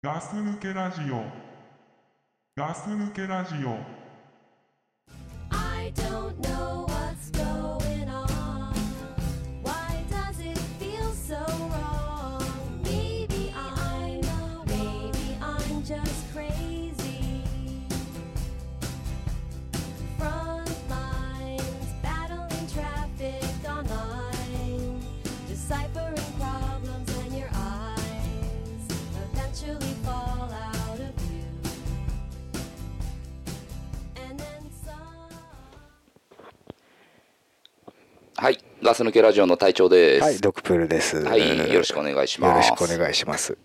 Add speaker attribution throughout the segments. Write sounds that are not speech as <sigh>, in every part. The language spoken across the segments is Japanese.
Speaker 1: ガス抜けラジオガス抜けラジオ
Speaker 2: I don't know what's going on. Why does it feel so wrong? Maybe I'm maybe I'm just crazy. Front lines, battling traffic online, deciphering problems in your eyes, eventually fall out of view, and then some.
Speaker 3: はい、ガス抜けラジオの隊長です。
Speaker 4: はい、ドクプルです。
Speaker 3: はいよろしくお願いします
Speaker 4: よろしくお願いします。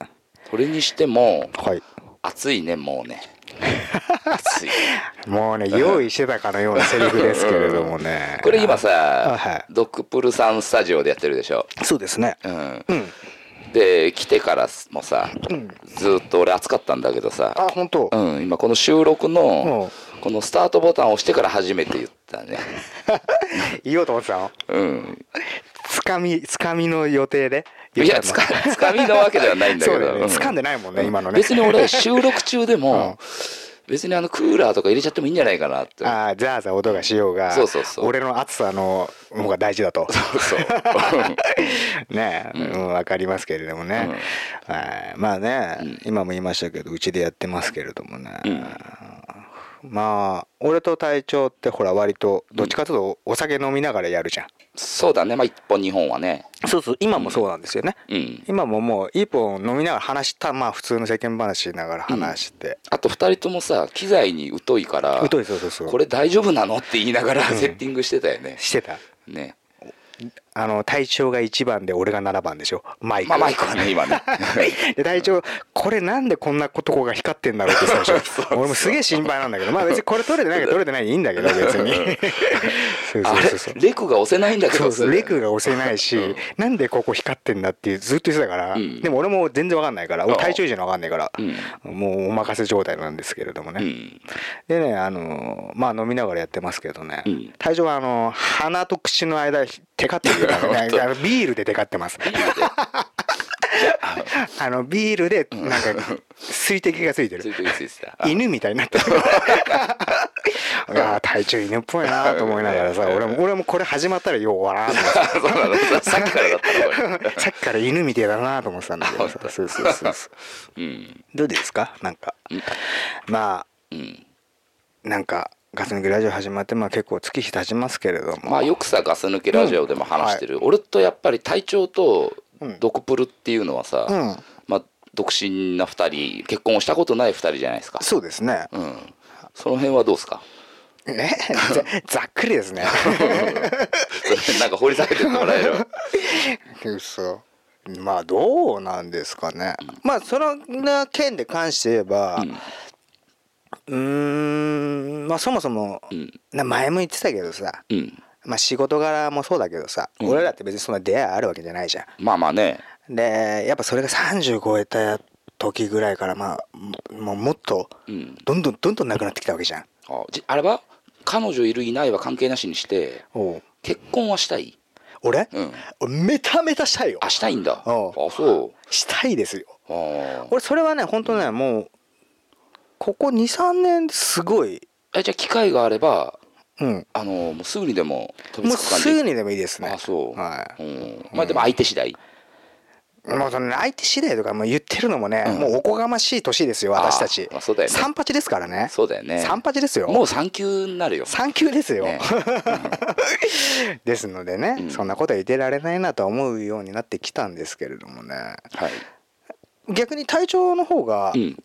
Speaker 3: それにしても、
Speaker 4: はい。
Speaker 3: 暑いね、もう
Speaker 4: <laughs>
Speaker 3: ね。暑い。
Speaker 4: もうね、用意してたかのようなセリフですけれどもね。
Speaker 3: <laughs> これ今さ、
Speaker 4: あはい
Speaker 3: ドクプルさんスタジオでやってるでしょ。
Speaker 4: そうですね。
Speaker 3: うん。
Speaker 4: うん。
Speaker 3: で、来てからもさ、ずっと俺暑かったんだけど
Speaker 4: あ、
Speaker 3: さ、
Speaker 4: 本当。
Speaker 3: うん、今この収録の
Speaker 4: う、
Speaker 3: このスタートボタンを押してから初めて言ったね。
Speaker 4: 言おうと思ってたの。
Speaker 3: うん。
Speaker 4: つかみ、つかみの予定で。
Speaker 3: いや、つか、つかみなわけではないんだけ
Speaker 4: そ
Speaker 3: ど。
Speaker 4: うだよね。
Speaker 3: う
Speaker 4: 掴んでないもんね、今のね。
Speaker 3: 別に俺、収録中で
Speaker 4: <laughs>
Speaker 3: も、別にあのクーラーとか入れちゃってもいいんじゃないかなって。
Speaker 4: あー、ザーザー音がしようが。
Speaker 3: そうそうそう
Speaker 4: 俺の暑さの、方が大事だと。
Speaker 3: そう。
Speaker 4: <laughs> ねえ、うん、わかりますけれどもね、はいまあね、今も言いましたけどうちでやってますけれどもね、まあ俺と隊長ってほら割とどっちかというとお酒飲みながらやるじゃん、
Speaker 3: そうだね、まあ、一本二本はね。
Speaker 4: そうそう今もそうなんですよね、
Speaker 3: うん。
Speaker 4: 今ももう一本飲みながら話したまあ普通の世間話しながら話して、
Speaker 3: あと二人ともさ、機材に疎いから、
Speaker 4: うといそうそうそう
Speaker 3: これ大丈夫なのって言いながらセッティングしてたよね。
Speaker 4: してた
Speaker 3: ね。
Speaker 4: あの隊長が1番で俺が7番でしょマイク、
Speaker 3: まあ、マイクはね、今ね。
Speaker 4: <laughs> で隊長これなんでこんなとこが光ってんだろうって <laughs> 言ってたでしょ俺もすげえ心配なんだけどまあ別にこれ取れてないから取れてないでいいんだけど別に <laughs> そう
Speaker 3: あ
Speaker 4: そう
Speaker 3: れ
Speaker 4: そうそう
Speaker 3: レクが押せないんだけ
Speaker 4: そ
Speaker 3: ど、
Speaker 4: うそうレクが押せないし、なんでここ光ってんだってずっと言ってたから、
Speaker 3: ん
Speaker 4: でも俺も全然わかんないから俺体調以上のわかんないから、もうお任せ状態なんですけれどもね、
Speaker 3: うん。
Speaker 4: でねあのーまあ飲みながらやってますけどね、
Speaker 3: うん
Speaker 4: 体調はあのー鼻と口の間テカってる <laughs> からねあのビールでテカってますあのビールでなんか水滴がついて
Speaker 3: つい
Speaker 4: る
Speaker 3: てるついてた。あ
Speaker 4: 犬みたいにな <laughs> ってるいやー体調犬っぽいなと思いながらさ俺も俺もこれ始まったらよう笑うな
Speaker 3: そ
Speaker 4: と
Speaker 3: うなのささっきからだったの
Speaker 4: 思っ
Speaker 3: こ
Speaker 4: <laughs>
Speaker 3: れ
Speaker 4: てさっきから犬みてえだなと思ってたんだけど
Speaker 3: あ本当
Speaker 4: さそうそうそうそう
Speaker 3: うん。
Speaker 4: どうですかなんか
Speaker 3: ん
Speaker 4: ま
Speaker 3: うん。
Speaker 4: あなんかガス抜きラジオ始まってまあ結構月日経ちますけれども
Speaker 3: まあ、よくさ、ガス抜けラジオでも話してる。俺とやっぱり隊長とドクプルっていうのはさ、
Speaker 4: うん
Speaker 3: まあ、独身な二人、結婚をしたことない二人じゃないですか。
Speaker 4: そうですね
Speaker 3: うん。その辺はどうです
Speaker 4: <laughs>
Speaker 3: か
Speaker 4: ねざざっくりです <laughs> ね
Speaker 3: なんか掘り下げてってもらえる。
Speaker 4: 嘘まあどうなんですかね、まあその件で関して言えばうーんまあそもそも、
Speaker 3: ん
Speaker 4: な前も言ってたけどさ、
Speaker 3: うん。
Speaker 4: まあ、仕事柄もそうだけどさ、
Speaker 3: ん
Speaker 4: 俺らって別にそんな出会いあるわけじゃないじゃ
Speaker 3: まあまあね。
Speaker 4: んでやっぱそれが30超えた時ぐらいからまあももっと
Speaker 3: うん。
Speaker 4: どんどんどんどんなくなってきたわけじゃん
Speaker 3: あじあれは彼女いるいないは関係なしにして、結婚はしたい
Speaker 4: 俺、
Speaker 3: うん
Speaker 4: 俺めためたしたいよ
Speaker 3: あ、したいんだ。あ
Speaker 4: おう
Speaker 3: そう。
Speaker 4: したいですよ
Speaker 3: あ
Speaker 4: 俺それはね本当ねもうここ23年すごい、
Speaker 3: あ。え、じゃあ機会があれば、
Speaker 4: うん、
Speaker 3: あの、もうすぐにでも飛び
Speaker 4: もう
Speaker 3: つく感じ。
Speaker 4: すぐにでもいいですね
Speaker 3: あそう。
Speaker 4: はい
Speaker 3: うん。まあでも相手次第。
Speaker 4: もうその相手次第とかもう言ってるのもね、
Speaker 3: うん
Speaker 4: もうおこがましい年ですよ
Speaker 3: あー
Speaker 4: 私たち
Speaker 3: まあそうだよね
Speaker 4: 三八ですからね
Speaker 3: そうだよね。
Speaker 4: 三八ですよ
Speaker 3: もう3級になるよ。
Speaker 4: 三級ですよ、
Speaker 3: ね
Speaker 4: <laughs> ですのでね、
Speaker 3: うん
Speaker 4: そんなことは言ってられないなとは思うようになってきたんですけれどもね
Speaker 3: はい。
Speaker 4: <laughs> 逆に体調の方が、
Speaker 3: うん。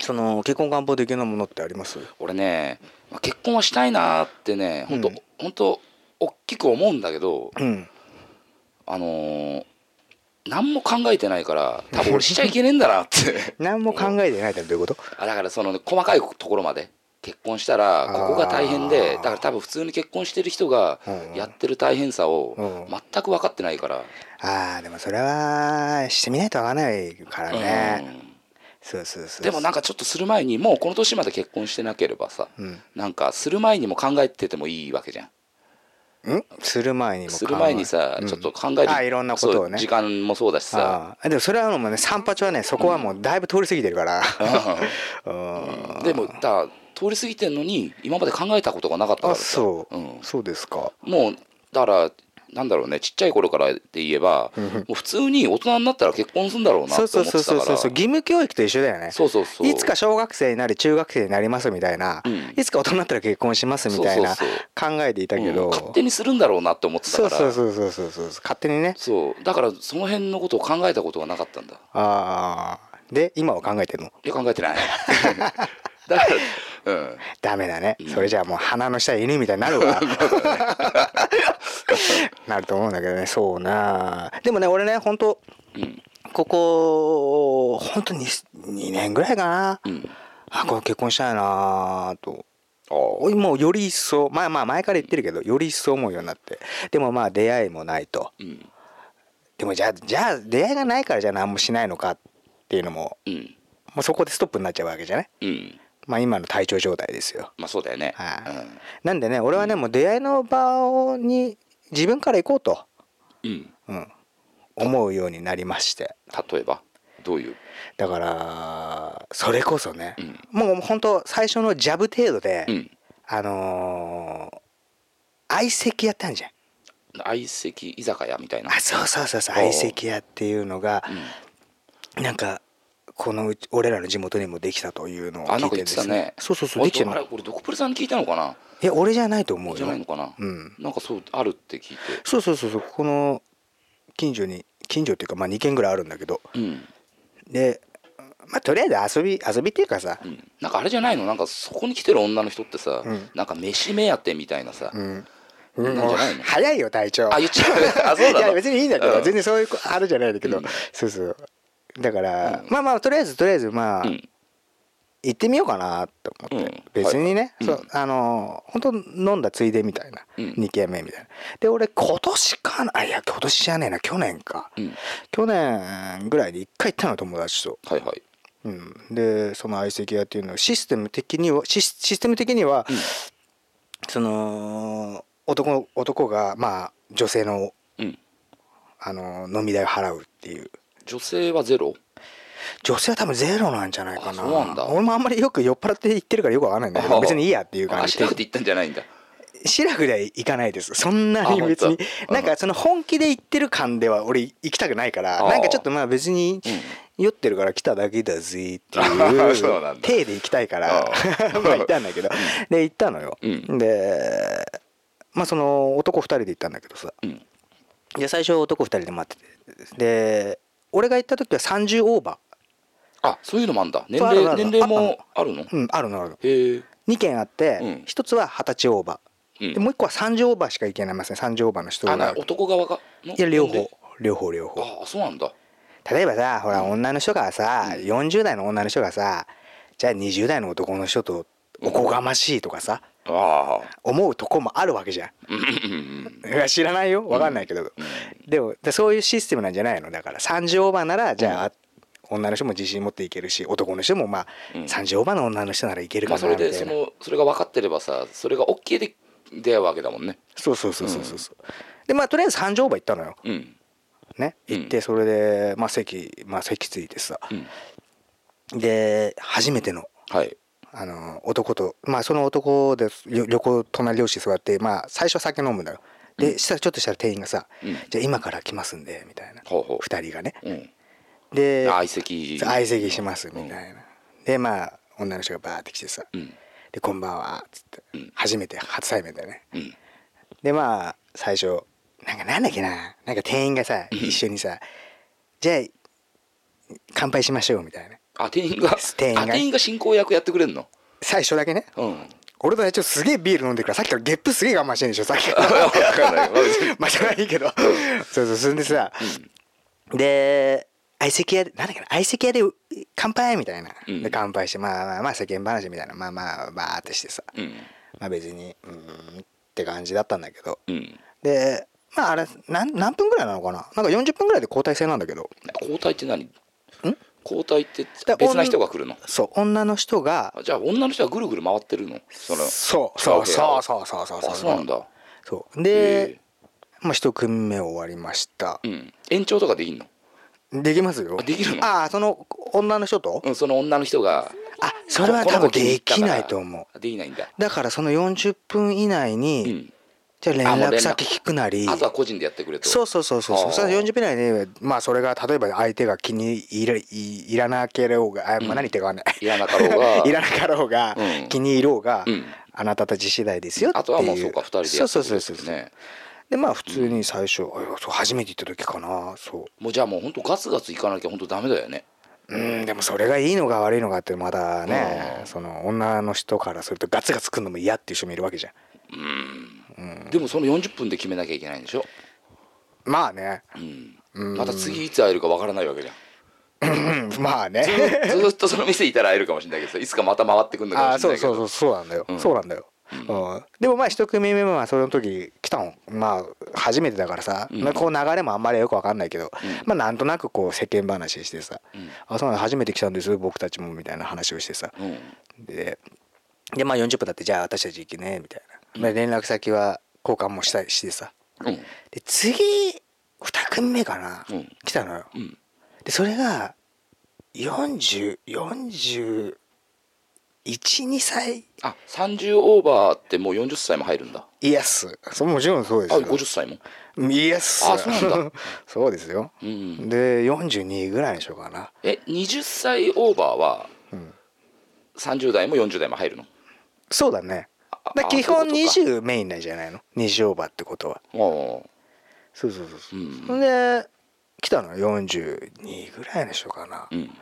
Speaker 4: その結婚願望的なものってあります
Speaker 3: 俺ねまあ結婚はしたいなーってね本当、
Speaker 4: う
Speaker 3: ほん
Speaker 4: ん
Speaker 3: と、本当大きく思うんだけど
Speaker 4: うん
Speaker 3: あのー何も考えてないから多分俺しちゃいけねえんだなって
Speaker 4: <laughs> 何も考えてないってどういうこと
Speaker 3: あだからその、ね、細かいところまで結婚したらここが大変で
Speaker 4: あー
Speaker 3: だから多分普通に結婚してる人が
Speaker 4: うんうん
Speaker 3: やってる大変さを
Speaker 4: うん
Speaker 3: 全く分かってないから、
Speaker 4: ああでもそれはしてみないとわからないからね、そうそう
Speaker 3: う
Speaker 4: そ
Speaker 3: んで
Speaker 4: う
Speaker 3: もなんかちょっとする前にもうこの年まで結婚してなければさ、
Speaker 4: うん
Speaker 3: なんかする前にも考えててもいいわけじゃん
Speaker 4: んする前にも
Speaker 3: する前にさ、
Speaker 4: うん
Speaker 3: ちょっと考える
Speaker 4: あいろんなことを
Speaker 3: そう
Speaker 4: ね
Speaker 3: 時間もそうだしさ、
Speaker 4: ああでもそれはもうね三八はねそこはもうだいぶ通り過ぎてるから、
Speaker 3: <laughs> うんでもだ通り過ぎてんのに今まで考えたことがなかったから
Speaker 4: あ
Speaker 3: さ
Speaker 4: そう、
Speaker 3: ん
Speaker 4: そうですか
Speaker 3: もうだからなんだろうねちっちゃい頃からで言えばもう普通に大人になったら結婚するんだろうな
Speaker 4: そう
Speaker 3: って
Speaker 4: そう
Speaker 3: 思って
Speaker 4: そう
Speaker 3: た
Speaker 4: そう
Speaker 3: か
Speaker 4: そ
Speaker 3: ら
Speaker 4: う義務教育と一緒だよね
Speaker 3: そうそうそう
Speaker 4: いつか小学生になり中学生になりますみたいな、
Speaker 3: うん
Speaker 4: いつか大人になったら結婚しますみたいな
Speaker 3: そうそう
Speaker 4: 考えていたけ
Speaker 3: う
Speaker 4: ど、
Speaker 3: ん勝手にするんだろうなって思ってたか
Speaker 4: そう
Speaker 3: ら
Speaker 4: そうそうそうそうそう勝手にね
Speaker 3: そうだからその辺のことを考えたことがなかったんだ
Speaker 4: ああで今は考えてるの
Speaker 3: いや考えてない <laughs> だからうん
Speaker 4: ダメだね、
Speaker 3: うん
Speaker 4: それじゃあもう鼻の下犬みたいにな
Speaker 3: <laughs>
Speaker 4: るわなると思うんだけどねそうなでもね俺ね本当
Speaker 3: うん
Speaker 4: ここ本当に2年ぐらいかな、
Speaker 3: うん
Speaker 4: あこれ結婚したいなと
Speaker 3: ああ
Speaker 4: もうより一層まあまあ前から言ってるけどより一層思うようになってでもまあ出会いもないと
Speaker 3: うん
Speaker 4: でもじゃあじゃあ出会いがないからじゃあ何もしないのかっていうのも
Speaker 3: うん
Speaker 4: もうそこでストップになっちゃうわけじゃない
Speaker 3: うん
Speaker 4: まあ今の体調状態ですよ
Speaker 3: まあそうだよね
Speaker 4: はいなんでね俺はねもう出会いの場をに自分から行こうと、
Speaker 3: うんうん
Speaker 4: うん、思うようになりまして
Speaker 3: 例えばどういう
Speaker 4: だからそれこそね、
Speaker 3: うん
Speaker 4: もう本当最初のジャブ程度で、
Speaker 3: うん
Speaker 4: あのー相席やったんじゃん
Speaker 3: 相席居酒屋みたいな
Speaker 4: あそうそうそうそう
Speaker 3: おう
Speaker 4: 相席屋っていうのが
Speaker 3: うん
Speaker 4: なんかこのうち俺らの地元にもできたというのを
Speaker 3: あな
Speaker 4: 聞
Speaker 3: ん
Speaker 4: い
Speaker 3: か言っ
Speaker 4: てで
Speaker 3: てた
Speaker 4: す
Speaker 3: ね
Speaker 4: そうそうそうできてる
Speaker 3: あれ
Speaker 4: の
Speaker 3: 俺ドクプルさんに聞いたのかない
Speaker 4: や俺じゃないと思う
Speaker 3: じゃない
Speaker 4: よ
Speaker 3: のかな、
Speaker 4: うん
Speaker 3: なんかそうあるって聞いて
Speaker 4: そうそうそうそうこの近所に近所っていうかまあ2軒ぐらいあるんだけど
Speaker 3: うん、
Speaker 4: でまあとりあえず遊び遊びっていうかさ
Speaker 3: うん、なんかあれじゃないのなんかそこに来てる女の人ってさ、
Speaker 4: うん
Speaker 3: なんか飯目当てみたいなさ、
Speaker 4: うん、うん、
Speaker 3: なん
Speaker 4: も
Speaker 3: じ
Speaker 4: う
Speaker 3: ゃないの
Speaker 4: 早いよ隊長
Speaker 3: あ言っちゃうあそう
Speaker 4: い
Speaker 3: な
Speaker 4: や
Speaker 3: の
Speaker 4: 別にいいんだけど、
Speaker 3: うん
Speaker 4: 全然そういうこあるじゃないんだけど、
Speaker 3: うん
Speaker 4: そうそうだから、
Speaker 3: うん
Speaker 4: まあまあとりあえずとりあえずまあ、
Speaker 3: うん
Speaker 4: 行ってみようかなと思って、
Speaker 3: うん
Speaker 4: 別にね、
Speaker 3: はい
Speaker 4: そ
Speaker 3: はいう
Speaker 4: あのー本当飲んだついでみたいな、
Speaker 3: うん
Speaker 4: 2軒目みたいなで俺今年かなあいや今年じゃねえな去年か、
Speaker 3: うん
Speaker 4: 去年ぐらいで1回行ったの友達と、
Speaker 3: はいはい
Speaker 4: うん、でその相席屋っていうのはシステム的にはシスシステム的には、
Speaker 3: うん
Speaker 4: その男男がまあ女性の
Speaker 3: うん
Speaker 4: あの飲み代を払うっていう
Speaker 3: 女性はゼロ
Speaker 4: 女性は多分ゼロなんじゃないか
Speaker 3: あ
Speaker 4: な
Speaker 3: そうなんだ
Speaker 4: 俺もあんまりよく酔っ払って言ってるからよくわかんないんだけ
Speaker 3: あ
Speaker 4: ど別にいいやっていう感
Speaker 3: あ
Speaker 4: じ
Speaker 3: し
Speaker 4: で
Speaker 3: なくて言ったんじゃないんだ
Speaker 4: シラフでは行かないですそんなに
Speaker 3: あ
Speaker 4: 別に
Speaker 3: 本当
Speaker 4: なんかその本気で行ってる感では俺行きたくないから
Speaker 3: あ
Speaker 4: なんかちょっとまあ別に
Speaker 3: うん
Speaker 4: 酔ってるから来ただけだぜって
Speaker 3: あそう
Speaker 4: い
Speaker 3: なだ
Speaker 4: うん体で行きたいから
Speaker 3: あ
Speaker 4: <laughs> まあ行ったんだけどで行ったのよ
Speaker 3: うん
Speaker 4: でまあその男2人で行ったんだけどさ
Speaker 3: うん
Speaker 4: で最初男2人で待っててで俺が行った時は30オーバ
Speaker 3: あそういうのもあんだ年
Speaker 4: あるあ
Speaker 3: 齢年
Speaker 4: る
Speaker 3: 齢もあるの
Speaker 4: ーうんあるのあるの
Speaker 3: へえ
Speaker 4: 2件あって、
Speaker 3: うん
Speaker 4: 1つは二十歳オーバ
Speaker 3: う
Speaker 4: ー、
Speaker 3: ん
Speaker 4: でもう1個は30オーバーしかいけないますね30オーバーの人
Speaker 3: あな
Speaker 4: が
Speaker 3: 男側がの
Speaker 4: いや両
Speaker 3: 年
Speaker 4: 方
Speaker 3: 齢
Speaker 4: 両方両方
Speaker 3: ああそうなんだ
Speaker 4: 例えばさほら女の人がさ、
Speaker 3: うん
Speaker 4: 40代の女の人がさじゃあ20代の男の人とおこがましいとかさ、
Speaker 3: ああ
Speaker 4: 思うとこもあるわけじゃ
Speaker 3: うんうん
Speaker 4: んいや知らないよわかんないけど、でもでそういうシステムなんじゃないのだから30オーバーならじゃあ、女の人も自信持っていけるし男の人もまあ、
Speaker 3: うん
Speaker 4: 30オーバーの女の人ならいける
Speaker 3: ま
Speaker 4: か
Speaker 3: あ
Speaker 4: な
Speaker 3: そ
Speaker 4: み
Speaker 3: れ
Speaker 4: たい
Speaker 3: で
Speaker 4: な、
Speaker 3: そのそれが分かってればさそれが OK で出会うわけだもんね
Speaker 4: そうそうそうそうそうそうでまあとりあえず30オーバー行ったのよ
Speaker 3: うん
Speaker 4: ね
Speaker 3: うん
Speaker 4: 行ってそれで、まあ、席まあ席ついてさ
Speaker 3: うん
Speaker 4: で初めての
Speaker 3: はい
Speaker 4: あの男とまあその男でよ横隣同士座ってまあ最初は酒飲むんだよ
Speaker 3: う
Speaker 4: で
Speaker 3: ん
Speaker 4: したらちょっとしたら店員がさ
Speaker 3: うん
Speaker 4: 「じゃあ今から来ますんで」みたいな
Speaker 3: ほうほ
Speaker 4: 2人がね
Speaker 3: ううん
Speaker 4: で
Speaker 3: 相席
Speaker 4: 相席しますみたいなでまあ女の人がバーって来てさ
Speaker 3: うん
Speaker 4: 「でこんばんは」っつって
Speaker 3: うん
Speaker 4: 初めて初対面だよね
Speaker 3: うん
Speaker 4: でまあ最初なんかなんだっけななんか店員がさ
Speaker 3: うん
Speaker 4: 一緒にさ「じゃあ乾杯しましょう」みたいな
Speaker 3: あ店員が
Speaker 4: 店員が
Speaker 3: あ店員が進行役やってくれんの
Speaker 4: 最初だけね <laughs>
Speaker 3: うん
Speaker 4: 俺とねちょっとすげえビール飲んでるからさっきからゲップすげえ我慢してんでしょさっ
Speaker 3: <laughs>
Speaker 4: きから
Speaker 3: 分かんないまあ別に
Speaker 4: まあそれはいいけどそうそうそれでさ、で相席屋でなんだっけな相席屋でう乾杯みたいな、
Speaker 3: うん
Speaker 4: で乾杯してまあまあまあ世間話みたいなまあまあバーってしてさ
Speaker 3: うん
Speaker 4: まあ別にうーんって感じだったんだけど
Speaker 3: うん
Speaker 4: でまああれなん何分ぐらいなのかななんか40分ぐらいで交代制なんだけど
Speaker 3: 交代って何交代って別な人が来るの
Speaker 4: そう女の人が
Speaker 3: あじゃあ女の人はぐるぐる回ってるのその
Speaker 4: そう
Speaker 3: 違う
Speaker 4: そ
Speaker 3: 部
Speaker 4: う
Speaker 3: 屋
Speaker 4: そ
Speaker 3: を
Speaker 4: うそうそうそう
Speaker 3: あそうなんだ
Speaker 4: そうで、まあ、1組目終わりました
Speaker 3: うん、延長とかできんの、
Speaker 4: できますよ
Speaker 3: あできるの
Speaker 4: ああその女の人と、
Speaker 3: うん、その女の人が
Speaker 4: あそれは多
Speaker 3: この子
Speaker 4: 分
Speaker 3: 気に入っ
Speaker 4: で
Speaker 3: たか
Speaker 4: き
Speaker 3: ら
Speaker 4: ないと思
Speaker 3: できないんだ、
Speaker 4: うだからその40分以内
Speaker 3: う
Speaker 4: に、
Speaker 3: ん、
Speaker 4: じゃあ連
Speaker 3: あもう連絡
Speaker 4: 絡先聞くなり
Speaker 3: あとは個人でやってくれと
Speaker 4: そうそうそうそう
Speaker 3: あー
Speaker 4: その40分以内にまあそれが例えば相手が気に入らいいらなければあ、
Speaker 3: ん
Speaker 4: まあ、何言ってるかわかんない
Speaker 3: いらなかろうが
Speaker 4: <laughs> いらなかろうが、
Speaker 3: うん
Speaker 4: 気に入ろうが、
Speaker 3: うん
Speaker 4: あなたたち次第ですよっていう
Speaker 3: あとはもうそうか2人でやって
Speaker 4: そうそうそうそう
Speaker 3: くれるね
Speaker 4: でまあ普通に最初、あそう初めて行った時かなそう
Speaker 3: もうじゃあもう本当ガツガツいかなきゃ本当ダメだよね
Speaker 4: うんでもそれがいいのか悪いのかってまだね、
Speaker 3: うん
Speaker 4: その女の人からするとガツガツくんのも嫌っていう人もいるわけじゃん
Speaker 3: でもその40分で決めなきゃいけないんでしょ、
Speaker 4: まあね、
Speaker 3: うん
Speaker 4: うん
Speaker 3: また次いつ会えるかわからないわけじゃん
Speaker 4: うん <laughs> まあね
Speaker 3: ずーっとその店いたら会えるかもしれないけどさいつかまた回ってくるのか
Speaker 4: あ
Speaker 3: も
Speaker 4: あ
Speaker 3: しれ
Speaker 4: そ
Speaker 3: な
Speaker 4: う
Speaker 3: いけど
Speaker 4: そうそうそうなんだよ、
Speaker 3: うん
Speaker 4: そうなんだよ、うんでもまあ一組目はその時来たのまあ初めてだからさ、
Speaker 3: うん
Speaker 4: まあこう流れもあんまりよく分かんないけど、
Speaker 3: うん
Speaker 4: まあなんとなくこう世間話してさ「
Speaker 3: うん
Speaker 4: あそうなの初めて来たんです僕たちも」みたいな話をしてさ
Speaker 3: うん
Speaker 4: ででまあ40分だってじゃあ私たち行けねみたいな、で連絡先は交換もしたりしてさ
Speaker 3: うん
Speaker 4: で次2組目かな、
Speaker 3: うん
Speaker 4: 来たのよ
Speaker 3: うん
Speaker 4: でそれが4041 2歳
Speaker 3: あ30オーバーってもう40歳も入るんだ
Speaker 4: イエスそうもちろんそう
Speaker 3: あ
Speaker 4: です
Speaker 3: 50歳も
Speaker 4: よイエス
Speaker 3: あそうなんだ
Speaker 4: <laughs> そうですよ、
Speaker 3: うん
Speaker 4: で42ぐらいにしようかな
Speaker 3: え20歳オーバーは30代も40代も入るの
Speaker 4: そうだね
Speaker 3: あ
Speaker 4: だ
Speaker 3: あ
Speaker 4: 基本
Speaker 3: そういうこと
Speaker 4: 20メインなんじゃないの20オーバーってことは
Speaker 3: おー
Speaker 4: そうそうそうそうう、
Speaker 3: ん
Speaker 4: ほん、で来たの42ぐらいにしようかな、
Speaker 3: うん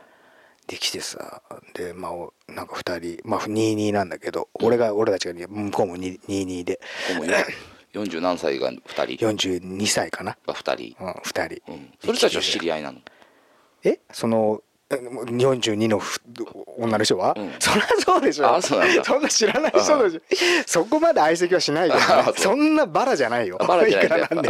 Speaker 4: できてさでまあおなんか2人まあ22なんだけど、俺が俺たちがに向こうもに22で
Speaker 3: ここもいない40何歳が2人
Speaker 4: 42歳かな、
Speaker 3: が2
Speaker 4: うん、2人、
Speaker 3: 人、うん、それたちは知り合いなの
Speaker 4: えそのえもう42のふ女の人は、
Speaker 3: うん
Speaker 4: そりゃそうでしょ
Speaker 3: あそうなんだ
Speaker 4: そんな知らない人だしそこまで相席はしないか
Speaker 3: あ
Speaker 4: ら、
Speaker 3: そ
Speaker 4: ね
Speaker 3: う、
Speaker 4: そんなバラじゃないよ
Speaker 3: あバラじゃない
Speaker 4: い
Speaker 3: んだやっ
Speaker 4: く
Speaker 3: ぱ
Speaker 4: らなんで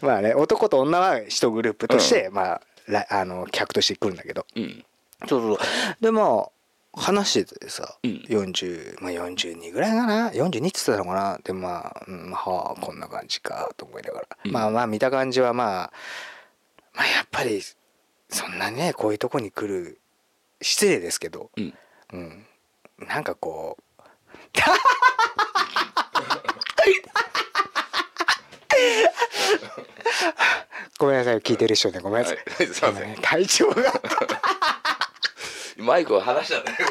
Speaker 4: もまあね男と女は一グループとして、まあらあの客として来るんだけど
Speaker 3: うん
Speaker 4: そうそうそうでまあ話しててさ、
Speaker 3: うん
Speaker 4: 40まあ42ぐらいかな42って言ってたのかなでまあ、うん、まあはあこんな感じかと思いながら、
Speaker 3: うん
Speaker 4: まあまあ見た感じはまあまあやっぱりそんなねこういうとこに来る失礼ですけど、
Speaker 3: うん
Speaker 4: うん、なん
Speaker 3: <laughs>
Speaker 4: かこう <laughs> ごめんなさい聞いてる人ねごめんなさい、
Speaker 3: はいすいません
Speaker 4: ね体調が
Speaker 3: マイクを離したんだけど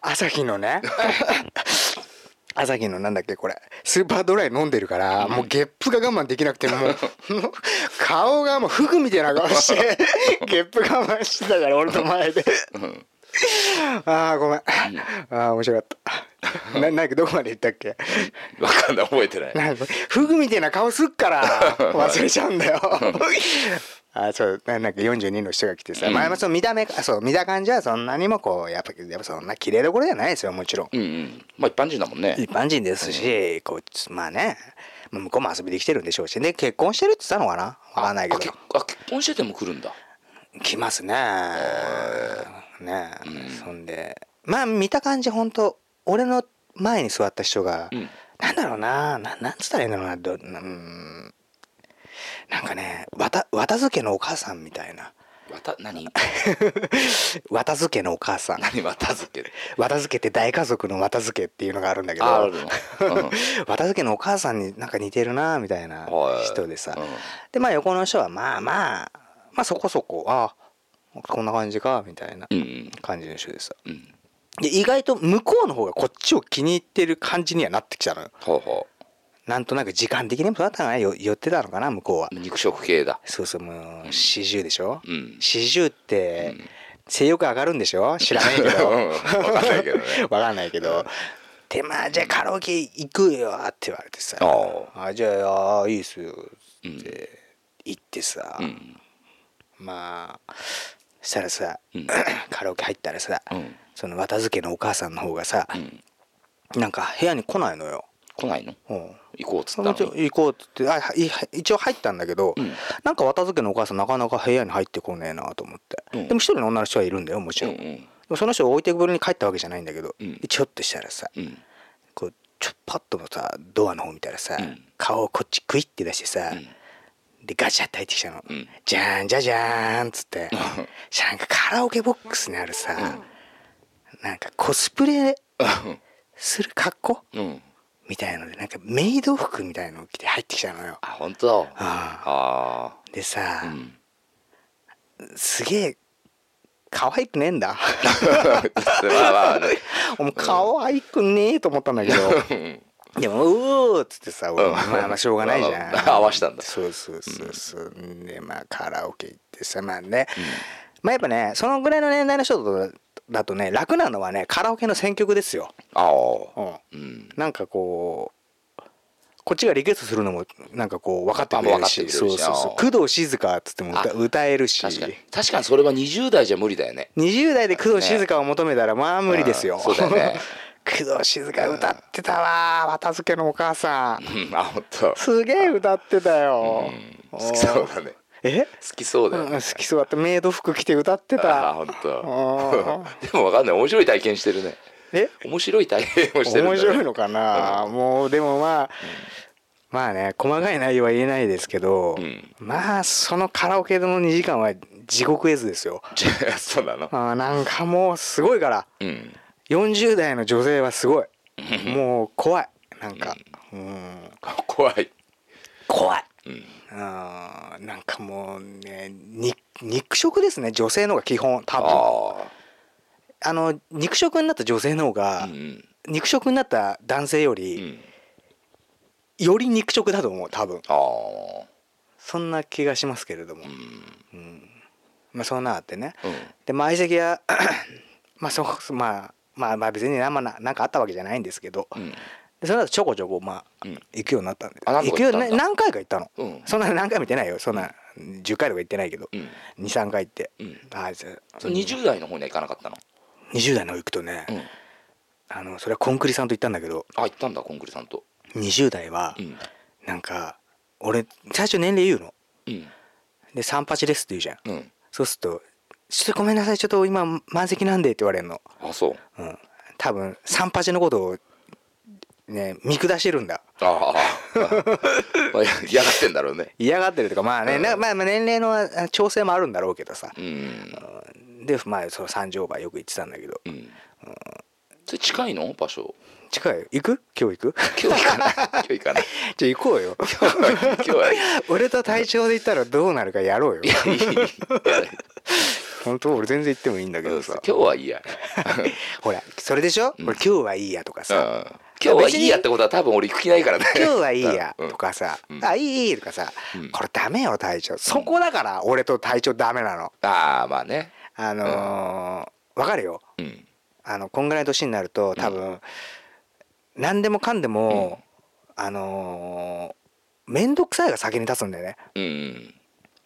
Speaker 4: 朝日の <laughs> ね朝日のなんだっけこれスーパードライ飲んでるから、もうゲップが我慢できなくてもう顔がもうフグみたいな顔して <laughs> ゲップ我慢してたから俺の前で
Speaker 3: ん
Speaker 4: ああごめん、ああ面白かったななんかどこまで行ったっけ
Speaker 3: わかんない覚えてない
Speaker 4: なんかフグみたいな顔すっから忘れちゃうんだよあそうななんか42の人が来てさ、
Speaker 3: うん
Speaker 4: まあまあその見た目あそう見た感じはそんなにもこうやっぱやっぱそんな綺麗どころじゃないですよもちろん
Speaker 3: うんうんまあ一般人だもんね
Speaker 4: 一般人ですし、こうまあねまあ向こうも遊びできてるんでしょうしで結婚してるって言ってたのかなわかんないけ
Speaker 3: あ結
Speaker 4: ど
Speaker 3: あ結婚してても来るんだ
Speaker 4: 来ますねね、そんでまあ見た感じ本当俺の前に座った人が、
Speaker 3: うん
Speaker 4: なんだろうなななんつったらいいんだろうなどなうんなんかねわた綿漬けのお母さんみたいな
Speaker 3: わた何
Speaker 4: 綿漬けのお母さん
Speaker 3: <laughs> 何わたづけ
Speaker 4: 綿漬けって大家族の綿漬けっていうのがあるんだけど
Speaker 3: ああるの、うん
Speaker 4: 綿漬けのお母さんになんか似てるなみたいな
Speaker 3: はい
Speaker 4: 人でさ、
Speaker 3: うん
Speaker 4: でまあ横の人はまあまあまあそこそこあこんな感じかみたいな
Speaker 3: うん
Speaker 4: 感じの人でさ
Speaker 3: うんうん
Speaker 4: で意外と向こうの方がこっちを気に入ってる感じにはなってきたのよ
Speaker 3: ほうほ
Speaker 4: なんとなく時間的にもそうだったのかなよ寄ってたのかな向こうは
Speaker 3: う肉食系だ
Speaker 4: そうそうもう40でしょ
Speaker 3: うん
Speaker 4: 40って
Speaker 3: うん
Speaker 4: 性欲上がるんでしょ知らない
Speaker 3: <laughs>
Speaker 4: け
Speaker 3: うん
Speaker 4: ど
Speaker 3: わかんないけどね
Speaker 4: <laughs> わかんないけど。でまあじゃあカラオケ行くよって言われてさ
Speaker 3: あ
Speaker 4: あじゃあいいっすよ
Speaker 3: う
Speaker 4: っ
Speaker 3: ん
Speaker 4: て行ってさ、
Speaker 3: うん
Speaker 4: まあそしたらさ、 <clears throat>
Speaker 3: うん
Speaker 4: カラオケ入ったらさ、
Speaker 3: うん
Speaker 4: その綿漬けのお母さんの方がさ
Speaker 3: う、ん
Speaker 4: なんか部屋に来ないのよ。
Speaker 3: 来ないの
Speaker 4: うん
Speaker 3: 行こうっつ
Speaker 4: そ
Speaker 3: っ
Speaker 4: の
Speaker 3: た
Speaker 4: うち
Speaker 3: のに
Speaker 4: 行こうって言ってあい一応入ったんだけど、
Speaker 3: うん
Speaker 4: なんか綿漬けのお母さんなかなか部屋に入ってこねえなと思って、
Speaker 3: うん
Speaker 4: でも一人の女の人はいるんだよもち
Speaker 3: うん
Speaker 4: ろん、
Speaker 3: う
Speaker 4: で
Speaker 3: ん
Speaker 4: もその人を置いてくぶりに帰ったわけじゃないんだけど、
Speaker 3: うん
Speaker 4: ちょっとしたらさ
Speaker 3: うん
Speaker 4: こうちょっパッとさドアの方見たらさ、
Speaker 3: うん
Speaker 4: 顔をこっちクイって出してさ、
Speaker 3: うん
Speaker 4: でガチャって入ってきたの、
Speaker 3: うん <laughs>
Speaker 4: じゃんじゃじゃーんっつってなんかカラオケボックスにあるさ、なんかコスプレする格好
Speaker 3: うん
Speaker 4: みたいのでなんかメイド服みたいのを着て入ってきたのよ
Speaker 3: あ本当だ
Speaker 4: あ
Speaker 3: あ
Speaker 4: でさ
Speaker 3: あう、ん
Speaker 4: すげえ可愛くねえんだ <laughs>
Speaker 3: まあ <laughs> まあね
Speaker 4: もう可愛くねえと思った
Speaker 3: <laughs>
Speaker 4: んだけどでも「うー」っつってさ俺
Speaker 3: うん
Speaker 4: まあまあしょうがないじゃん、
Speaker 3: まあま <laughs> あ合わせたんだ
Speaker 4: そうそうそうそう、でまあカラオケ行ってさまあね、まあやっぱねそのぐらいの年代の人とだとね楽なのはねカラオケの選曲ですよ、
Speaker 3: ああ
Speaker 4: うん、
Speaker 3: うん
Speaker 4: なんかこうこっちがリクエストするのもなんかこう分かってくれるし
Speaker 3: あ分かってくれるし
Speaker 4: そうそうそう
Speaker 3: あ
Speaker 4: 工藤静香っつっても歌
Speaker 3: あ
Speaker 4: 歌えるし
Speaker 3: 確かに確かにそれは20代じゃ無理だよね
Speaker 4: 20代で工藤静香を求めたらまあ無理ですよ、
Speaker 3: うんそうだよね
Speaker 4: <laughs> 工藤静香歌ってたわ綿漬けのお母さん
Speaker 3: うんあ本当
Speaker 4: すげえ歌ってたよ、
Speaker 3: うん好きそうだね
Speaker 4: え
Speaker 3: 好きそうだ
Speaker 4: う
Speaker 3: よ
Speaker 4: ん
Speaker 3: ね
Speaker 4: 好きそうだったメイド服着て歌って
Speaker 3: あ
Speaker 4: た
Speaker 3: 本
Speaker 4: あ
Speaker 3: 当 <laughs> でもわかんない面白い体験してるね
Speaker 4: え
Speaker 3: 面白い体験をしてるんだね
Speaker 4: 面白いのかな、もうでもまあ、まあね細かい内容は言えないですけど、
Speaker 3: うん
Speaker 4: まあそのカラオケの2時間は地獄絵図ですよ
Speaker 3: じゃあそうなの
Speaker 4: あーなんかもうすごいから
Speaker 3: うん
Speaker 4: 40代の女性はすごい <laughs> もう怖いなんかうん
Speaker 3: 怖い
Speaker 4: 怖い
Speaker 3: うん
Speaker 4: あーなんかもうねに肉食ですね女性の方が基本多分あ
Speaker 3: あ
Speaker 4: の肉食になった女性の方
Speaker 3: あ
Speaker 4: が、
Speaker 3: うん
Speaker 4: 肉食になった男性より、
Speaker 3: うん
Speaker 4: より肉食だと思う多分
Speaker 3: ああ
Speaker 4: そんな気がしますけれども、
Speaker 3: うん
Speaker 4: まあそんなあってね、
Speaker 3: うん
Speaker 4: でまあ相席は <coughs> まあそうまあまあまあ別に何ななんかあったわけじゃないんですけど、
Speaker 3: うん
Speaker 4: でその後ちょこちょこまあ、
Speaker 3: うん
Speaker 4: 行くようになったんで
Speaker 3: あ何
Speaker 4: 行
Speaker 3: 個
Speaker 4: く
Speaker 3: か行
Speaker 4: よう
Speaker 3: ったんだ
Speaker 4: に何回か行ったの、
Speaker 3: うん
Speaker 4: そんな何回も行ってないよそんな10回とか行ってないけど、
Speaker 3: うん
Speaker 4: 23回行って、
Speaker 3: うん
Speaker 4: ああじゃあ
Speaker 3: その20代の方には行かなかったの
Speaker 4: 20代の方行くとね、
Speaker 3: うん
Speaker 4: あのそれはコンクリさんと行ったんだけど
Speaker 3: あ行ったんだコンクリさんと
Speaker 4: 20代は
Speaker 3: うん
Speaker 4: なんか俺最初年齢言うの
Speaker 3: うん
Speaker 4: で「三八です」って言うじゃん、
Speaker 3: うん
Speaker 4: そうすると「ちょっとごめんなさいちょっと今満席なんで」って言われるの。
Speaker 3: あそう
Speaker 4: うん、多分三八のことをね見下してるんだ
Speaker 3: ああ <laughs> まあ嫌がってんだろうね
Speaker 4: 嫌がってるとかまあね、
Speaker 3: うん
Speaker 4: なまあまあ年齢のあ調整もあるんだろうけどさ
Speaker 3: う、ん
Speaker 4: でまあその三条場よく行ってたんだけど
Speaker 3: うんそれ近いの場所
Speaker 4: 近いよ行く今日行く
Speaker 3: 今日行かない今日行かない
Speaker 4: <laughs> じゃあ行こうよ
Speaker 3: 今日は今日は
Speaker 4: <laughs> 俺と隊長で行ったらどうなるかやろうよ
Speaker 3: いやいいいや
Speaker 4: <laughs> 本当俺全然行ってもいいんだけ
Speaker 3: 今
Speaker 4: どさ
Speaker 3: 日はいいや
Speaker 4: <laughs> ほらそれでしょ、俺今日はいいやとか
Speaker 3: うん
Speaker 4: さ、
Speaker 3: 今日はいいやってことは多分俺行く気ないからね
Speaker 4: 今日はいいや
Speaker 3: うん
Speaker 4: とかさ、
Speaker 3: うん
Speaker 4: あいいいいとかさ、
Speaker 3: うん
Speaker 4: これダメよ隊長そこだから俺と隊長ダメなの
Speaker 3: ああまあね
Speaker 4: あのーわかるよ
Speaker 3: うん
Speaker 4: あのこんぐらいの年になると多分、何でもかんでも、あのー、めんどくさいが先に立つんだよね
Speaker 3: うん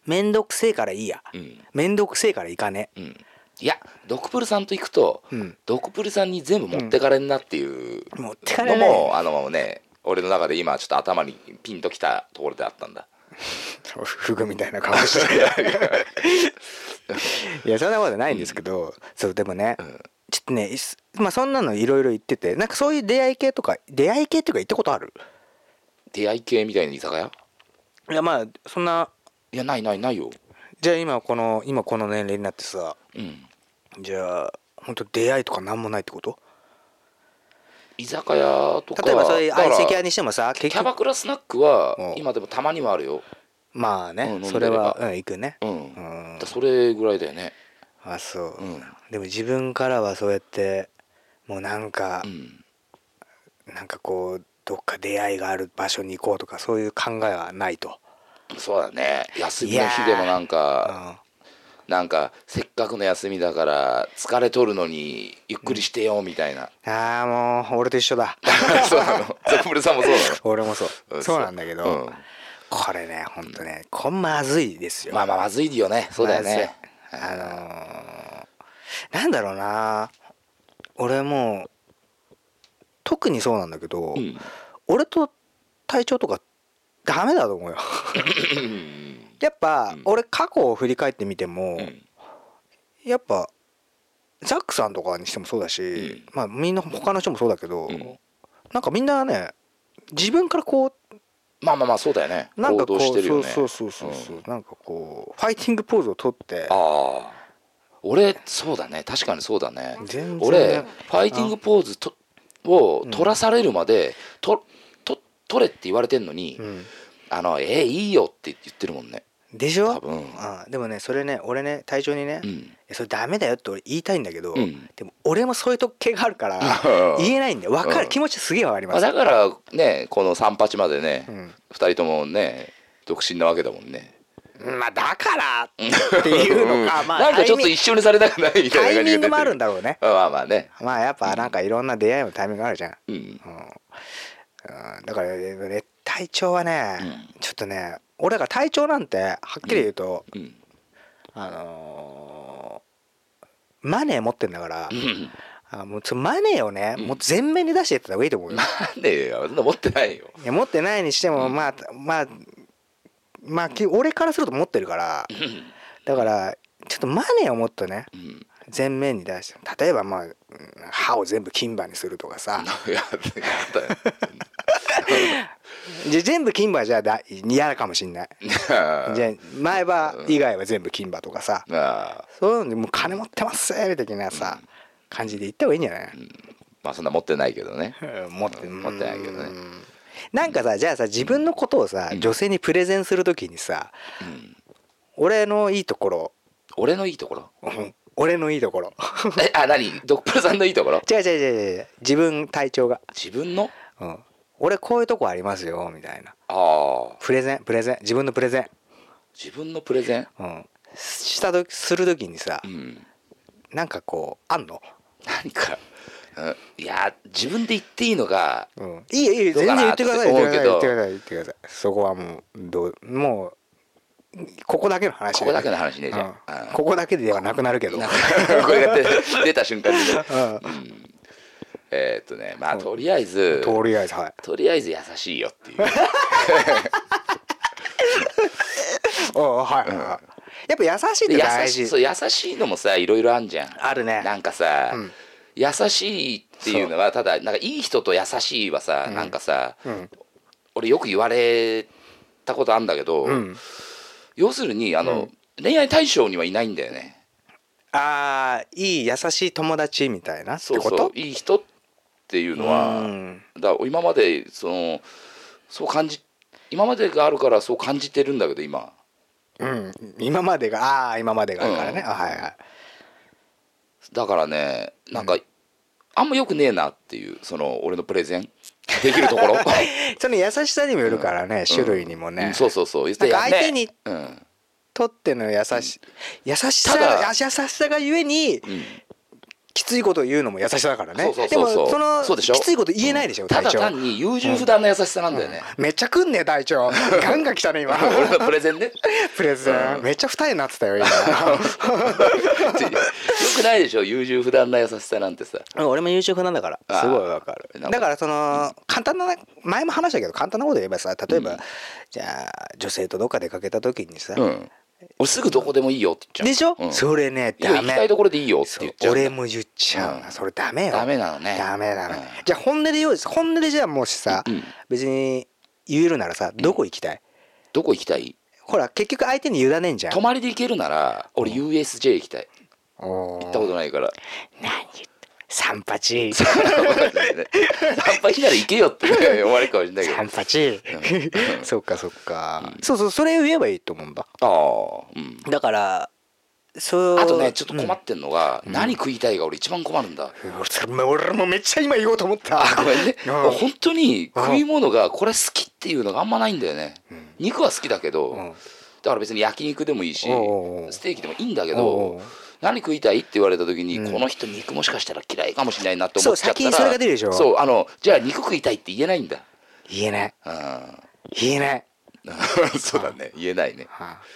Speaker 4: めんどくせえからいいや
Speaker 3: うん
Speaker 4: めんどくせえからいか <laughs> ね
Speaker 3: うんいやドクプルさんと行くと、
Speaker 4: うん
Speaker 3: ドクプルさんに全部持ってかれんなっていう
Speaker 4: うん持
Speaker 3: の
Speaker 4: ってかれない
Speaker 3: も、あのね俺の中で今ちょっと頭にピンときたところであったん
Speaker 4: <laughs>
Speaker 3: だ
Speaker 4: フグみたいな顔していやそんなことないんですけど、そうでもね、ちょっとねいっすまあそんなのいろいろ言っててなんかそういう出会い系とか出会い系っていうか行ったことある
Speaker 3: 出会い系みたいな居酒屋
Speaker 4: いやまあそんない
Speaker 3: やないないないよ
Speaker 4: じゃあ今この今この年齢になってさ
Speaker 3: うん
Speaker 4: じゃあ本当出会いとか何もないってこと
Speaker 3: 居酒屋とか
Speaker 4: 例えばそういう
Speaker 3: だから
Speaker 4: 相席屋にしてもさ
Speaker 3: キ
Speaker 4: 結
Speaker 3: ャバ
Speaker 4: 局
Speaker 3: クラスナックは
Speaker 4: うん
Speaker 3: 今でもたまにはあるよ
Speaker 4: まあ
Speaker 3: うん
Speaker 4: ね
Speaker 3: 飲んでれば
Speaker 4: それはうん行くね
Speaker 3: うん、
Speaker 4: うん
Speaker 3: だそれぐらいだよね
Speaker 4: あそう
Speaker 3: うん
Speaker 4: でも自分からはそうやってもうなんか
Speaker 3: うん
Speaker 4: なんかこうどっか出会いがある場所に行こうとかそういう考えはないと
Speaker 3: そうだね休みの日でもなんかなんかせっかくの休みだから疲れとるのにゆっくりしてよみたいな、
Speaker 4: うんああもう俺と一
Speaker 3: <laughs>
Speaker 4: 緒だ
Speaker 3: そうなのザクブルさんもそうな
Speaker 4: 俺もそううん <laughs> そうなんだけ
Speaker 3: の、う
Speaker 4: ど
Speaker 3: ん
Speaker 4: これねほんとねこんまずいですよ
Speaker 3: まあまあまずいよねそうだよね
Speaker 4: まずいあのーなんだろうな俺もう特にそうなんだけど、
Speaker 3: うん
Speaker 4: 俺と体調とかダメだと思うよ <laughs> やっぱ、
Speaker 3: うん
Speaker 4: 俺過去を振り返ってみても、
Speaker 3: うん
Speaker 4: やっぱザックさんとかにしてもそうだし、
Speaker 3: うん
Speaker 4: まあみんな他の人もそうだけど、
Speaker 3: うん
Speaker 4: なんかみんなね自分からこう
Speaker 3: まあまあまあそうだよね
Speaker 4: なんかこ
Speaker 3: 行
Speaker 4: う、
Speaker 3: 動してるよ
Speaker 4: そう
Speaker 3: ね
Speaker 4: そうそうそうそう、
Speaker 3: うん
Speaker 4: なんかこうファイティングポーズをとって
Speaker 3: ああ俺そうだね確かにそうだね
Speaker 4: 全然
Speaker 3: 俺ファイティングポーズとを取らされるまで、とと取れって言われてんのに、
Speaker 4: うん
Speaker 3: あのえーいいよって言ってるもんね
Speaker 4: でしょ
Speaker 3: 多分
Speaker 4: あでもねそれね俺ね隊長にね、
Speaker 3: う
Speaker 4: い
Speaker 3: ん
Speaker 4: やそれダメだよって俺言いたいんだけど、
Speaker 3: うん
Speaker 4: でも俺もそういう特系があるから言えないんだよ分かる、
Speaker 3: うん
Speaker 4: 気持ちすげえ分かり
Speaker 3: ま
Speaker 4: ま
Speaker 3: あ、
Speaker 4: す、
Speaker 3: だからねこの三八までね、
Speaker 4: う
Speaker 3: 二
Speaker 4: ん
Speaker 3: 人ともね独身なわけだもんね
Speaker 4: まあだからっていうのか、まあ
Speaker 3: なんかちょっと
Speaker 4: タイミン
Speaker 3: 一緒にされたくないみ
Speaker 4: グタ
Speaker 3: たいな感じが出て
Speaker 4: イミングもあるんだろうね
Speaker 3: まあまあね
Speaker 4: まあやっぱなんかいろんな出会いもタイミングあるじゃん、
Speaker 3: うん
Speaker 4: うんうんだからね体調はね、
Speaker 3: う
Speaker 4: ちょっとね俺だから体調なんてはっきり言うと、
Speaker 3: うん
Speaker 4: あのーマネー持ってんだから、
Speaker 3: うん
Speaker 4: あもうそのマネーをね、
Speaker 3: うん
Speaker 4: もう全面に出してやった方がいいと思うよ。
Speaker 3: なんでよそんな持ってないよ
Speaker 4: いや持ってないにしても、まあまあまあき俺からすると持ってるからだからちょっとマネーをもっとね
Speaker 3: うん
Speaker 4: 全面に出して例えばまあうん歯を全部金歯にするとかさ
Speaker 3: いやだよ
Speaker 4: じゃあ全部金歯じゃだ嫌かもしんないじゃあ前歯以外は全部金歯とかさ
Speaker 3: まあ
Speaker 4: そういうのでもう金持ってますみたいなさ感じで言った方がいいんじゃない
Speaker 3: まあそんな持ってないけどね
Speaker 4: うん持って
Speaker 3: 持ってないけどね
Speaker 4: うんなんかさじゃあさ自分のことをさ女性にプレゼンするときにさ
Speaker 3: うん
Speaker 4: 俺のいいところ <laughs>
Speaker 3: 俺のいいところ
Speaker 4: うん俺のいいところ <laughs>
Speaker 3: えあ何ドップルさんのいいところ
Speaker 4: 違う違う違う違う自分体調が、
Speaker 3: 自分の
Speaker 4: うん、俺こういうとこありますよみたいな
Speaker 3: ああ
Speaker 4: プレゼンプレゼン自分のプレゼン、
Speaker 3: 自分のプレゼン
Speaker 4: うん、したとするときにさ
Speaker 3: うん
Speaker 4: なんかこうあんの、
Speaker 3: 何かうんいや自分で言っていいのが
Speaker 4: うん、いいよいいよ全然言ってください
Speaker 3: どう
Speaker 4: 言
Speaker 3: か
Speaker 4: っ
Speaker 3: なっ
Speaker 4: て
Speaker 3: て
Speaker 4: くだ
Speaker 3: 思うけど
Speaker 4: さい言ってください言ってくださいそこはもうどうもうここだけの話
Speaker 3: ここだけの話ねじ
Speaker 4: うん
Speaker 3: ゃあうん
Speaker 4: ここだけではなくなるけど
Speaker 3: なんか <laughs> これが出出た瞬間にね
Speaker 4: う
Speaker 3: うんえーっとねまあとりあえず
Speaker 4: んとりあえずはい
Speaker 3: とりあえず優しいよっていう
Speaker 4: ああはいはいはいやっぱ優しいっ
Speaker 3: で
Speaker 4: て
Speaker 3: 優
Speaker 4: <laughs> 大
Speaker 3: し
Speaker 4: 事
Speaker 3: そう優しいのもさいろいろあんじゃん
Speaker 4: あるね
Speaker 3: なんかさ、
Speaker 4: うん
Speaker 3: 優しいっていうのはただなんかいい人と優しいはさ、なんかさ、
Speaker 4: うん
Speaker 3: 俺よく言われたことあんだけど、
Speaker 4: うん
Speaker 3: 要するにあの、恋愛対象にはいないんだよね
Speaker 4: ああいい優しい友達みたいなって
Speaker 3: そう
Speaker 4: こと
Speaker 3: そういい人っていうのは、
Speaker 4: うん
Speaker 3: だから今までそのそう感じ今までがあるからそう感じてるんだけど今
Speaker 4: うん、今までがああ今までがあるからね、
Speaker 3: うん
Speaker 4: あはいはい
Speaker 3: だからねなんか、あんまよくねえなっていうその俺のプレゼンできる
Speaker 4: <laughs>
Speaker 3: ところ
Speaker 4: その優しさにもよるからね、種類にもね、
Speaker 3: うんそうそうそう
Speaker 4: なんか相手に
Speaker 3: でうん
Speaker 4: とっての優し優しさ
Speaker 3: ただ
Speaker 4: 優しさがゆえに
Speaker 3: うん
Speaker 4: きついことを言うのも優しさだからね
Speaker 3: そうそうそうそう
Speaker 4: でもその
Speaker 3: そうでしょ
Speaker 4: きついこと言えないでしょ、
Speaker 3: た
Speaker 4: 隊
Speaker 3: だ
Speaker 4: 長
Speaker 3: 単に優柔不断な優しさなんだよね、
Speaker 4: めっちゃくんね隊長ガンガン来たね今
Speaker 3: <laughs> 俺のプレゼンね
Speaker 4: <laughs> プレゼン、
Speaker 3: うん
Speaker 4: めっちゃ二重になってたよ今
Speaker 3: よくないでしょ優柔不断な優しさなんてさ
Speaker 4: うん俺も優秀なんだから
Speaker 3: あー
Speaker 4: すごいわかる
Speaker 3: なんか
Speaker 4: だからその簡単な前も話したけど簡単なこと言えばさ例えば、じゃあ女性とどっか出かけた時にさ、
Speaker 3: うん俺すぐどこでもいいよって言っちゃう
Speaker 4: でしょ、
Speaker 3: うん
Speaker 4: それね
Speaker 3: いいよ
Speaker 4: ダ
Speaker 3: 行きた
Speaker 4: メ
Speaker 3: いところでいいよって
Speaker 4: そ
Speaker 3: 言
Speaker 4: う
Speaker 3: っちゃう
Speaker 4: 俺も言っちゃうな、
Speaker 3: うん
Speaker 4: それダメよ
Speaker 3: ダメなのね
Speaker 4: ダメダメ、
Speaker 3: うん
Speaker 4: じゃあ本音で用意本音でじゃあもしさ、
Speaker 3: うん
Speaker 4: 別に言えるならさどこ行きたい、
Speaker 3: どこ行きたい
Speaker 4: ほら結局相手に委ねんじゃん
Speaker 3: 泊まりで行けるなら俺 USJ 行きたい
Speaker 4: おー
Speaker 3: 行ったことないから <laughs>
Speaker 4: 何言って三八
Speaker 3: 三杯しなら行けよってね思われるかもしれないけど
Speaker 4: 三八 <laughs> そっかそっか、そうそうそれを言えばいいと思うんだ
Speaker 3: ああうん
Speaker 4: だからそう
Speaker 3: あとねちょっと困ってんのが、何食いたいが俺一番困るんだ、
Speaker 4: うんそれも <laughs> 俺もめっちゃ今言おうと思っ
Speaker 3: <laughs>
Speaker 4: た
Speaker 3: あごめんね、
Speaker 4: うん
Speaker 3: 本当に食い物がこれ好きっていうのがあんまないんだよね、肉は好きだけど、
Speaker 4: <laughs> うん
Speaker 3: だから別に焼肉でもいいし、
Speaker 4: おうおうおう
Speaker 3: ステーキでもいいんだけ
Speaker 4: おうお
Speaker 3: ど
Speaker 4: う
Speaker 3: 何食いたいって言われた時に、
Speaker 4: うん
Speaker 3: この人肉もしかしたら嫌いかもしれないなと思っちゃったら
Speaker 4: そう先にそれが出るでしょ
Speaker 3: そうあのじゃあ肉食いたいって言えないんだ
Speaker 4: 言えない
Speaker 3: うん
Speaker 4: 言えない <laughs>
Speaker 3: そうだね <laughs> 言えないね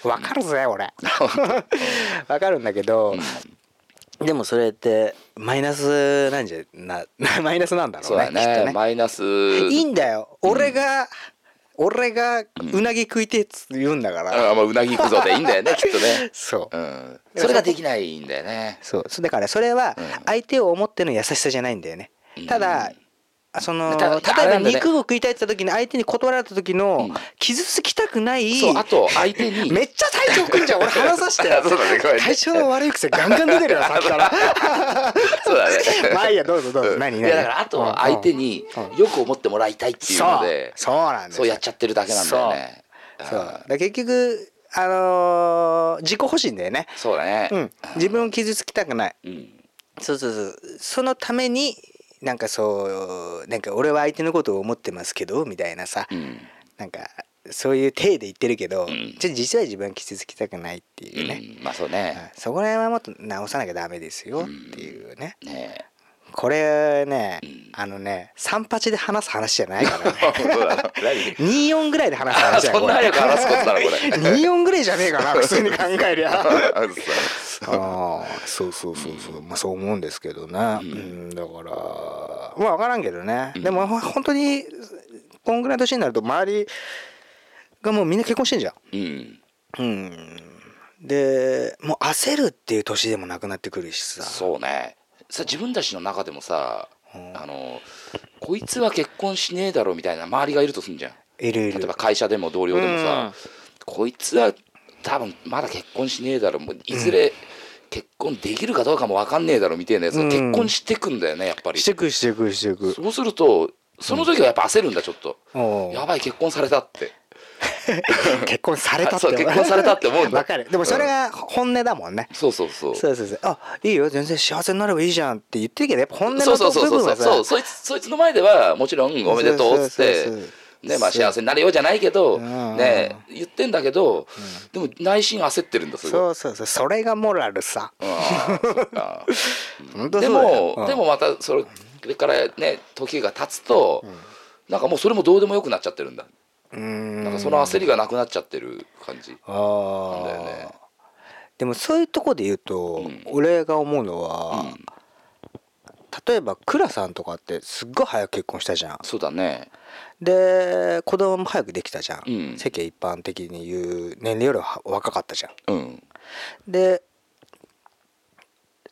Speaker 4: わかるぜ俺 <laughs> わかるんだけど、でもそれってマイナスなんじゃな <laughs> マイナスなんだろ
Speaker 3: そうう
Speaker 4: ね
Speaker 3: だ
Speaker 4: きっと
Speaker 3: ね
Speaker 4: ね
Speaker 3: マイナス
Speaker 4: いいんだよ俺が、俺がうなぎ食いてえっつって言うんだから、
Speaker 3: あまあうなぎ行くぞでいいんだよ
Speaker 4: <laughs>
Speaker 3: ねきっとね
Speaker 4: そう、
Speaker 3: うんそれができないんだよね
Speaker 4: そうそうだからそれは
Speaker 3: うん
Speaker 4: 相手を思っての優しさじゃないんだよね、
Speaker 3: うん
Speaker 4: ただその
Speaker 3: たあ
Speaker 4: 例
Speaker 3: れ
Speaker 4: えば
Speaker 3: なんだね
Speaker 4: 肉を食いたいって言った時に相手に断られた時
Speaker 3: う
Speaker 4: の
Speaker 3: ん
Speaker 4: 傷つきたくない、
Speaker 3: そうあと相手に
Speaker 4: <laughs> めっちゃ体調くんじゃん俺話さ <laughs> せて
Speaker 3: そうだねごめんね
Speaker 4: 体調の悪い癖ガンガン出てるよさっきから
Speaker 3: そうだね
Speaker 4: まあいいやどうぞどうぞ何
Speaker 3: い
Speaker 4: 何
Speaker 3: やだからあとは相手によく思ってもらいたいっていうので
Speaker 4: <laughs> そうそうなんですよ
Speaker 3: そうやっちゃってるだけなんだよね
Speaker 4: そうだ
Speaker 3: ん
Speaker 4: から結局あのー自己保身だよね
Speaker 3: そうだね
Speaker 4: うん自分を傷つきたくない
Speaker 3: うん
Speaker 4: そうそうそうそのためになんかそうなんか俺は相手のことを思ってますけどみたいなさ、
Speaker 3: うん
Speaker 4: なんかそういう体で言ってるけど、
Speaker 3: ん
Speaker 4: ちょっと実は自分は傷つきたくないっていうね、
Speaker 3: うんまあそうね
Speaker 4: はいそこら辺はもっと直さなきゃダメですよっていうね、
Speaker 3: ね <laughs> え
Speaker 4: これね、
Speaker 3: ん
Speaker 4: あのね三八で話す話じゃないからね
Speaker 3: <laughs> そうだな何
Speaker 4: 24ぐらいで話す
Speaker 3: あ
Speaker 4: 話だよ
Speaker 3: <laughs> そんな早く話すことだろこれ
Speaker 4: <laughs> 24ぐらいじゃねえか
Speaker 3: <laughs>
Speaker 4: な普通に考えりゃ
Speaker 3: そう
Speaker 4: ああそうそうそうそうまあそう思うんですけどね、うんだからまあ分からんけどね、でもほ本当にこんぐらいの年になると周りがもうみんな結婚してんじゃん
Speaker 3: <laughs> うん
Speaker 4: うんでもう焦るっていう年でもなくなってくるしさ
Speaker 3: そうねさ自分たちの中でもさあのこいつは結婚しねえだろみたいな周りがいるとすんじゃん
Speaker 4: いるい
Speaker 3: 例え
Speaker 4: る
Speaker 3: ば会社でも同僚でもさ、こいつは多分まだ結婚しねえだろもういずれ結婚できるかどうかも分かんねえだろみたいなやつが
Speaker 4: うん
Speaker 3: 結婚してくんだよねやっぱり、
Speaker 4: してくしてくしてく
Speaker 3: そうするとその時はやっぱ焦るんだちょっと、
Speaker 4: おう
Speaker 3: やばい結婚されたって
Speaker 4: 結婚されたって
Speaker 3: そう結婚されたって思うんだ
Speaker 4: わかるでもそれが本音だもんね、
Speaker 3: そうそうそう
Speaker 4: そうそうそうあいいよ全然幸せになればいいじゃんって言ってるけどやっぱ本音の
Speaker 3: そうそうそう
Speaker 4: 部
Speaker 3: そう
Speaker 4: 分
Speaker 3: そ
Speaker 4: は
Speaker 3: う
Speaker 4: さ
Speaker 3: そうそいつそいつの前ではもちろんおめでとうっつっ
Speaker 4: そうそう
Speaker 3: て
Speaker 4: そうそう
Speaker 3: ねまあ幸せになれようじゃないけど
Speaker 4: うん
Speaker 3: ね言ってんだけどでも内心焦ってるんだすごい
Speaker 4: そうそうそうそれがモラルさ
Speaker 3: ああそっか
Speaker 4: <laughs> 本当
Speaker 3: で
Speaker 4: そうだよ
Speaker 3: も、
Speaker 4: うん
Speaker 3: でもまたそれからね時が経つと、なんかもうそれもどうでもよくなっちゃってるんだ
Speaker 4: うーん
Speaker 3: なんかその焦りがなくなっちゃってる感じなんだよ
Speaker 4: あ
Speaker 3: ね
Speaker 4: あでもそういうとこで言うと、
Speaker 3: うん
Speaker 4: 俺が思うのは、
Speaker 3: うん
Speaker 4: 例えばクラさんとかってすっごい早く結婚したじゃん
Speaker 3: そうだね
Speaker 4: で子供も早くできたじゃん、
Speaker 3: うん
Speaker 4: 世間一般的に言う年齢よりは若かったじゃん
Speaker 3: うん
Speaker 4: で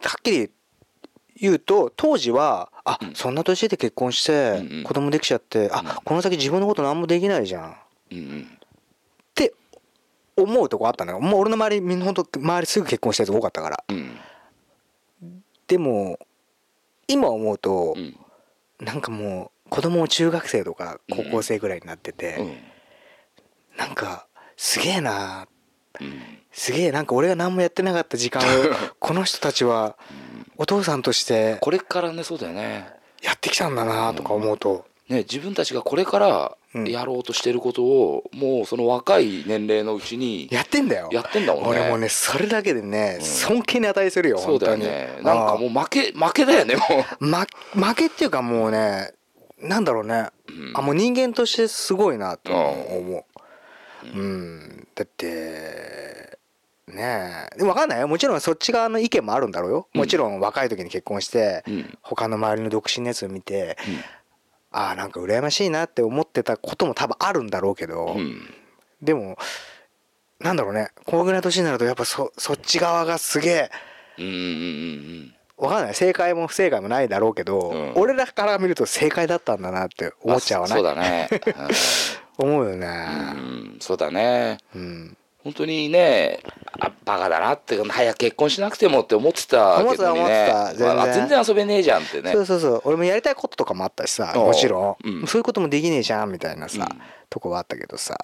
Speaker 4: はっきり言うと当時はあ、
Speaker 3: うん
Speaker 4: そんな年で結婚して
Speaker 3: うんうん
Speaker 4: 子供できちゃって、あこの先自分のこと何もできないじゃんっ
Speaker 3: うんうん
Speaker 4: て思うとこあったのよもう俺の周りみんなほんと周りすぐ結婚したやつ多かったから
Speaker 3: うん
Speaker 4: でも今思うと
Speaker 3: う、ん
Speaker 4: なんかもう子供も中学生とか高校生ぐらいになってて、
Speaker 3: うん
Speaker 4: なんかすげえな
Speaker 3: うん
Speaker 4: すげえなんか俺が何もやってなかった時
Speaker 3: <laughs>
Speaker 4: 間をこの人たちはお父さんとして
Speaker 3: これからねそうだよね
Speaker 4: やってきたんだなとか思うと、
Speaker 3: ね自分たちがこれから
Speaker 4: うん
Speaker 3: やろうとしてることを、もうその若い年齢のうちに
Speaker 4: やってんだよ
Speaker 3: やってんだもんね
Speaker 4: 俺もねそれだけでね、尊敬に値するよ
Speaker 3: そう
Speaker 4: 本
Speaker 3: だ
Speaker 4: 当
Speaker 3: よ
Speaker 4: に
Speaker 3: ねなんかもう負け負けだよねも
Speaker 4: あーま負けっていうかもうねなんだろうね、
Speaker 3: うん
Speaker 4: あもう人間としてすごいなと思う、うんだってねえでも分かんないよもちろんそっち側の意見もあるんだろうよもちろん若い時に結婚して、
Speaker 3: うん
Speaker 4: 他の周りの独身のやつを見て、
Speaker 3: う
Speaker 4: ああなんか羨ましいなって思ってたことも多分あるんだろうけど、
Speaker 3: うん、うん
Speaker 4: でもなんだろうねこのぐらいの年になるとやっぱそそっち側がすげえ
Speaker 3: うんうんうん
Speaker 4: わかんない正解も不正解もないだろうけど、
Speaker 3: うん
Speaker 4: 俺らから見ると正解だったんだなって
Speaker 3: うん
Speaker 4: 思っちゃわ
Speaker 3: あ
Speaker 4: な
Speaker 3: そ
Speaker 4: いう
Speaker 3: だね、
Speaker 4: 思うよ
Speaker 3: うん
Speaker 4: ね、
Speaker 3: うん、そうだね
Speaker 4: うん
Speaker 3: 本当にねあバカだなって早く結婚しなくてもって思ってたけどにね
Speaker 4: 思ってた思ってた
Speaker 3: まあ全
Speaker 4: 全然
Speaker 3: 然遊べねえじゃんってね
Speaker 4: そうそうそう俺もやりたいこととかもあったしさ
Speaker 3: おう
Speaker 4: もちろん、
Speaker 3: うん
Speaker 4: そういうこともできねえじゃんみたいなさ、
Speaker 3: うん
Speaker 4: とこはあったけどさ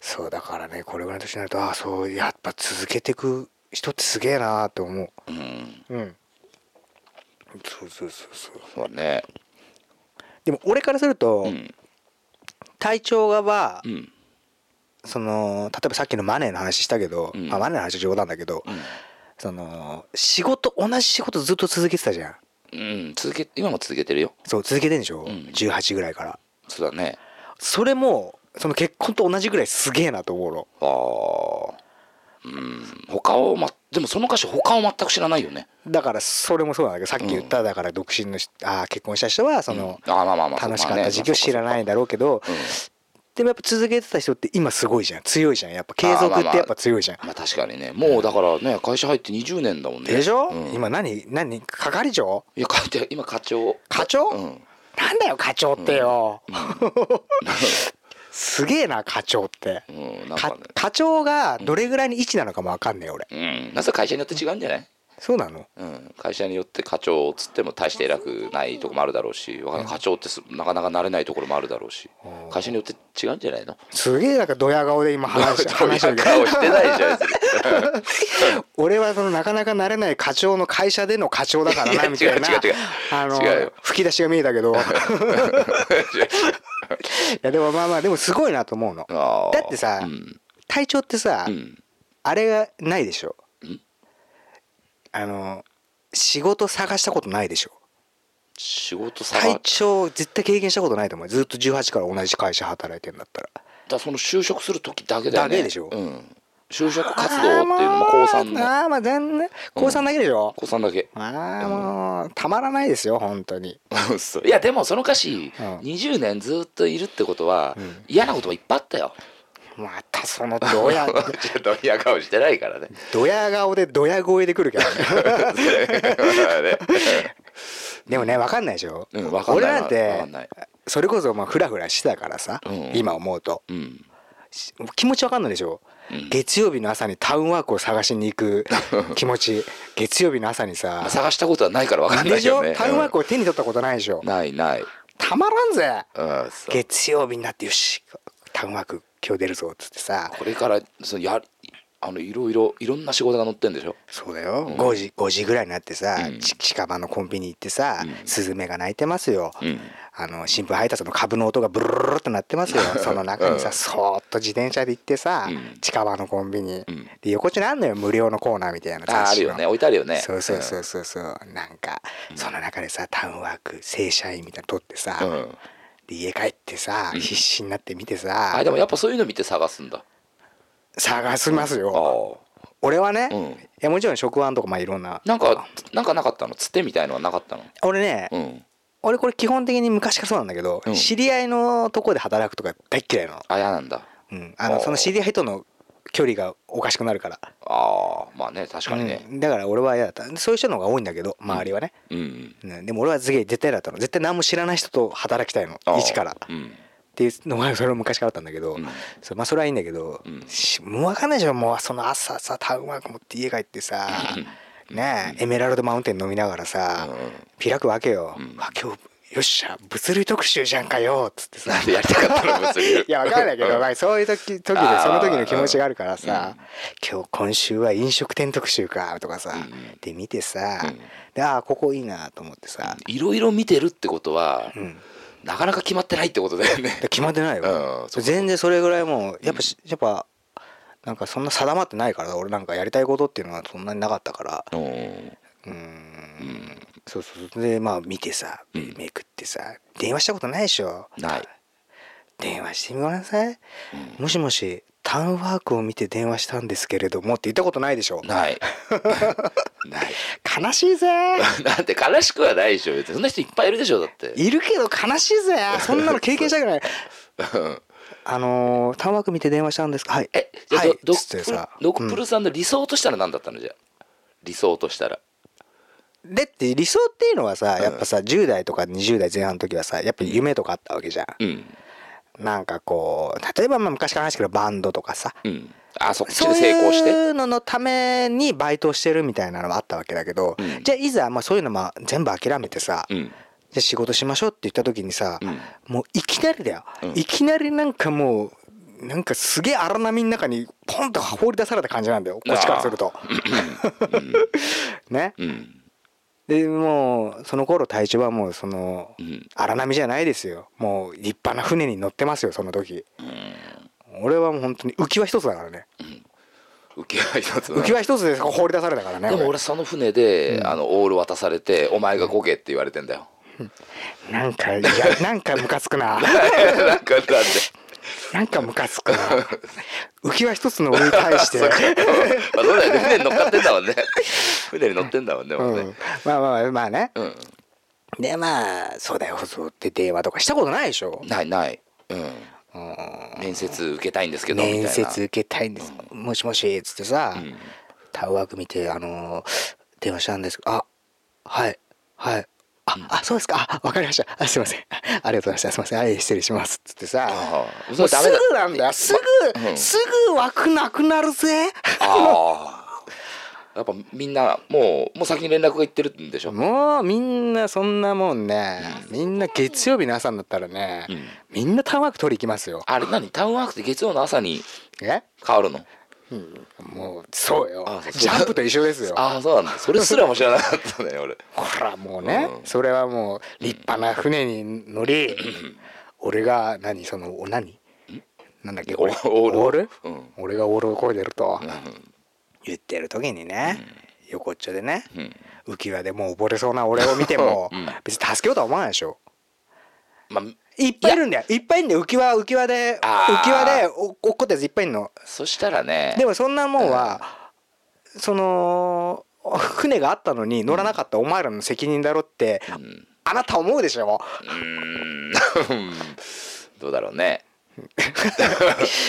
Speaker 4: そうだからねこれぐらいの年になるとああそうやっぱ続けてく人ってすげえなと思
Speaker 3: うん
Speaker 4: ううんそうそうそうそう
Speaker 3: そうだね
Speaker 4: でも俺からすると、
Speaker 3: うん
Speaker 4: 体調がは、
Speaker 3: うん
Speaker 4: その例えばさっきのマネーの話したけど、
Speaker 3: うん
Speaker 4: まあ、マネーの話は冗談だけど、
Speaker 3: うん
Speaker 4: その仕事同じ仕事ずっと続けてたじゃん
Speaker 3: うん続け今も続けてるよ
Speaker 4: そう続けてんでしょ、
Speaker 3: うん
Speaker 4: 18ぐらいから
Speaker 3: そうだね
Speaker 4: それもその結婚と同じぐらいすげえなと思うの
Speaker 3: ああうん他をまでもその歌手他を全く知らないよね
Speaker 4: だからそれもそうなんだけどさっき言った、だから独身の人あー結婚した人はその、
Speaker 3: あーまあまあまあ
Speaker 4: 楽しかった時期を知らないん
Speaker 3: だ
Speaker 4: だろうけど、でもやっぱ続けてた人って今すごいじゃん強いじゃんやっぱ継続ってやっぱ強いじゃん、
Speaker 3: まあ確かにねもうだからね会社入って20年だもんね
Speaker 4: でしょ、
Speaker 3: うん
Speaker 4: 今何何係長
Speaker 3: <laughs> いや、課長、今課長。
Speaker 4: 課長、
Speaker 3: うん。
Speaker 4: なんだよ課長ってよ、すげえな課長って、
Speaker 3: うんなんか
Speaker 4: か
Speaker 3: ね
Speaker 4: 課長がどれぐらいの位置なのかもわかんねえ俺
Speaker 3: うん、なんか会社によって違うんじゃない、
Speaker 4: そうなの
Speaker 3: うん、会社によって課長をつっても大して偉くないとこもあるだろうしわかんない課長ってすなかなか慣れないところもあるだろうし会社によって違うんじゃない <laughs> の
Speaker 4: すげえなんかドヤ顔で
Speaker 3: <laughs>
Speaker 4: 今話し話して
Speaker 3: そ
Speaker 4: る
Speaker 3: ういう顔
Speaker 4: けど
Speaker 3: してないじゃん
Speaker 4: <laughs>
Speaker 3: <laughs>
Speaker 4: 俺はそのなかなかなれない課長の会社での課長だから
Speaker 3: いや
Speaker 4: なみたいな
Speaker 3: 違う違う違う
Speaker 4: あの
Speaker 3: 違うよ
Speaker 4: 吹き出しが見えた
Speaker 3: <laughs>
Speaker 4: けどいやでもまあまあでもすごいなと思うの
Speaker 3: あー
Speaker 4: だってさ
Speaker 3: うん
Speaker 4: 隊長ってさ、
Speaker 3: うん
Speaker 4: あれがないでしょ
Speaker 3: ん
Speaker 4: あの仕事探したことないでしょ
Speaker 3: 仕事さ
Speaker 4: 隊
Speaker 3: だか
Speaker 4: 長絶対経験したことないと思うずっと18から同じ会社働いてんだったら
Speaker 3: らその就職する時だけだよね
Speaker 4: だけでしょ
Speaker 3: うん、就職活動っていうの
Speaker 4: あー
Speaker 3: も
Speaker 4: う
Speaker 3: 高3の
Speaker 4: あーまあ全然高3だけでしょ、
Speaker 3: 高3だけ <laughs>
Speaker 4: ああもうたまらないですよ本当に
Speaker 3: 嘘いやでもその歌詞、
Speaker 4: うん
Speaker 3: 20年ずっといるってことは、
Speaker 4: ん
Speaker 3: 嫌なこともいっぱいあったよ
Speaker 4: またそのドヤ
Speaker 3: <laughs> ちょっと嫌顔してないからね <laughs>
Speaker 4: ドヤ顔でドヤ声でくるけどねでもね分かんないでしょ、
Speaker 3: うん分かんない
Speaker 4: 俺なん
Speaker 3: 分
Speaker 4: て
Speaker 3: かんない
Speaker 4: それこそまあフラフラしてたからさ、
Speaker 3: うん
Speaker 4: 今思うと
Speaker 3: うん
Speaker 4: し気持ち分かんないでしょ、
Speaker 3: うん
Speaker 4: 月曜日の朝にタウンワークを探しに
Speaker 3: <laughs>
Speaker 4: 行く気持ち月曜日の朝にさ
Speaker 3: まあ探したことはないから分かんない
Speaker 4: でし
Speaker 3: よ
Speaker 4: ょ
Speaker 3: ね
Speaker 4: タウンワークを手に取ったことないでしょ、
Speaker 3: うんないない
Speaker 4: たまらんぜ
Speaker 3: うんそう
Speaker 4: 月曜日になってよしタウンワーク今日出るぞっつってさ
Speaker 3: これからそのやあのいろいろいろんな仕事が載ってんでしょ
Speaker 4: そうだよ、5時5時ぐらいになってさ、
Speaker 3: うん
Speaker 4: ち近場のコンビニ行ってさ、
Speaker 3: うん
Speaker 4: スズメが鳴いてますよ、
Speaker 3: うん
Speaker 4: あの新聞配達の株の音がブルルルルって鳴ってますよその中にさ、
Speaker 3: うん
Speaker 4: そーっと自転車で行ってさ、
Speaker 3: うん
Speaker 4: 近場のコンビニ、
Speaker 3: うん
Speaker 4: で横地にあんのよ無料のコーナーみたい
Speaker 3: あ
Speaker 4: な
Speaker 3: ーある
Speaker 4: 雑誌の
Speaker 3: よね置いてあるよね
Speaker 4: そうそうそうそうそうなんかその中でさタウンワーク正社員みたいなの取ってさ、
Speaker 3: うん、うん
Speaker 4: で家帰ってさ、
Speaker 3: うん
Speaker 4: 必死になって見てさ、
Speaker 3: あでもやっぱそういうの見て探すんだ
Speaker 4: 探します
Speaker 3: あ
Speaker 4: よ、
Speaker 3: あ
Speaker 4: 俺はね、
Speaker 3: うん
Speaker 4: いやもちろん職案とかまあいろんな
Speaker 3: なんかなんかなかったのつてみたいのはなかったの
Speaker 4: 俺ね、
Speaker 3: うん
Speaker 4: 俺これ基本的に昔からそうなんだけど、
Speaker 3: うん
Speaker 4: 知り合いのとこで働くとか大っ嫌いなの,、
Speaker 3: あ嫌なんだ
Speaker 4: うん、あ
Speaker 3: あ
Speaker 4: の
Speaker 3: ー
Speaker 4: その知り合いとの距離がおかしくなるから、
Speaker 3: ああまあね確かにね
Speaker 4: うんだから俺は嫌だったそういう人の方が多いんだけど周りはね、
Speaker 3: うん、
Speaker 4: うん、でも俺はすげえ絶対嫌だったの絶対何も知らない人と働きたいの
Speaker 3: ああ
Speaker 4: 一から、
Speaker 3: う
Speaker 4: っ
Speaker 3: ん
Speaker 4: ていうのはそれも昔からあったんだけど、
Speaker 3: うん
Speaker 4: そうまあそれはいいんだけど、
Speaker 3: うん
Speaker 4: しもう分かんないでしょもうその朝さタウンワーク持って家帰ってさねえエメラルドマウンテン飲みながらさ、
Speaker 3: うん
Speaker 4: 開くわけよ、
Speaker 3: うん
Speaker 4: あ今日よっしゃ物理特集じゃんかよっつって
Speaker 3: <laughs>
Speaker 4: さ
Speaker 3: なんでやりたかったの物流
Speaker 4: いやわかんないけど、まあ、そういう時時でその時の気持ちがあるからさ、今日今週は飲食店特集かとかさ、
Speaker 3: うん
Speaker 4: で見てさ、
Speaker 3: うん
Speaker 4: でああここいいなと思ってさ、
Speaker 3: いろいろ見てるってことは、
Speaker 4: うん、
Speaker 3: なかなか決まってないってことだよね
Speaker 4: <laughs> で決まってない
Speaker 3: うん
Speaker 4: よ、
Speaker 3: そう
Speaker 4: 全然それぐらいもうやっぱし、やっぱなんかそんな定まってないから俺なんかやりたいことっていうのはそんなになかったから
Speaker 3: うん
Speaker 4: うーんそうそうそうでまあ見てさ
Speaker 3: うん
Speaker 4: めくってさ電話したことないでしょ
Speaker 3: ない
Speaker 4: 電話してみなさい、もしもしタウンワークを見て電話したんですけれどもって言ったことないでしょ <laughs>
Speaker 3: ない <laughs> ない
Speaker 4: 悲し
Speaker 3: <laughs>
Speaker 4: いぜ
Speaker 3: なんて悲しくはないでしょ別にそんな人いっぱいいるでしょだって
Speaker 4: いるけど悲しいぜそんなの経験したくない
Speaker 3: <laughs>
Speaker 4: あのー、タウンワーク見て電話したんですかはい
Speaker 3: えじゃあ
Speaker 4: はい
Speaker 3: ドド
Speaker 4: つってさ
Speaker 3: ドクプルさんの理想としたら何だったのじゃあ理想としたら
Speaker 4: でって理想っていうのはさやっぱさ10代とか20代前半の時はさやっぱ夢とかあったわけじゃん、
Speaker 3: うん
Speaker 4: なんかこう例えばまあ昔から話してるバンドとかさ
Speaker 3: うんあそっち
Speaker 4: そ
Speaker 3: で
Speaker 4: う
Speaker 3: 成功して
Speaker 4: いうののためにバイトをしてるみたいなのはあったわけだけど、
Speaker 3: うん
Speaker 4: じゃあいざまあそういうのまあ全部諦めてさ、
Speaker 3: う
Speaker 4: じ
Speaker 3: ん
Speaker 4: ゃあ仕事しましょうって言った時にさ、
Speaker 3: うん
Speaker 4: もういきなりだよ、
Speaker 3: うん
Speaker 4: いきなりなんかもうなんかすげえ荒波の中にポンと放り出された感じなんだよこっちからすると。 <laughs> ね、
Speaker 3: うん
Speaker 4: でもうその頃体調はもうその
Speaker 3: うん
Speaker 4: 荒波じゃないですよもう立派な船に乗ってますよその時俺はもう本当に浮き輪一つだからね
Speaker 3: 浮き輪一つな
Speaker 4: 浮き輪一つで放り出されたからね
Speaker 3: でも
Speaker 4: 俺
Speaker 3: 俺その船で、あのオール渡されて「お前がこけ」って言われてんだよ
Speaker 4: なん
Speaker 3: <laughs>
Speaker 4: かいやなんかムカつくな
Speaker 3: なんかなんで
Speaker 4: なんかムカつ
Speaker 3: <laughs>
Speaker 4: くな浮き輪一つの俺に対して
Speaker 3: まあそうだよね船に乗っかってんだもんね船に乗ってんだもんね、
Speaker 4: う
Speaker 3: もうね
Speaker 4: ん、まあまあまあね、
Speaker 3: うん
Speaker 4: でまあそうだよそうって電話とかしたことないでしょ
Speaker 3: ないない、うん、面接受けたいんですけどみたいな
Speaker 4: 面接受けたいんです、もしもしっつってさ、タウワーク見てあのー電話したんですあはいはいああ、あ、そうですか。あ、わかりました。あ、すいません。ありがとうございました。すいません。はい、失礼します。つってさ。
Speaker 3: ああ
Speaker 4: もうす
Speaker 3: ダメだ
Speaker 4: ぐなんだよ。すぐ、
Speaker 3: うん
Speaker 4: すぐ枠なくなるぜ。
Speaker 3: ああやっぱみんなもうもう先に連絡がいってるんでしょ
Speaker 4: もうみんなそんなもんね。みんな月曜日の朝になったらね。
Speaker 3: うん
Speaker 4: みんなタワーク取り行きますよ。
Speaker 3: あれ何タウンワークって月曜の朝に
Speaker 4: え？
Speaker 3: 変わるの
Speaker 4: もうそうよ
Speaker 3: あ。そう
Speaker 4: ジャンプと一緒ですよ。
Speaker 3: ああそうなんだそれすらも知らなかったね俺
Speaker 4: ほらもうね、
Speaker 3: うん
Speaker 4: それはもう立派な船に
Speaker 3: <laughs>
Speaker 4: 乗り、俺が何そのお何なんだっけ
Speaker 3: オ
Speaker 4: 俺
Speaker 3: ール
Speaker 4: オール、
Speaker 3: うん
Speaker 4: 俺がオールをこいでると
Speaker 3: うん
Speaker 4: 言ってる時にね、横っちょでね、
Speaker 3: うん
Speaker 4: 浮き輪でもう溺れそうな俺を見ても、
Speaker 3: うん
Speaker 4: 別に助けようとは思わないでしょ
Speaker 3: まあ
Speaker 4: いっぱいいるんだよいっぱいいるんだよ浮き輪浮き輪で
Speaker 3: あー
Speaker 4: 浮き輪でお落っこったやついっぱいいるの
Speaker 3: そしたらね
Speaker 4: でもそんなもんは、その船があったのに乗らなかったお前らの責任だろって、
Speaker 3: ん
Speaker 4: あなた思うでしょ
Speaker 3: うーんどうだろうね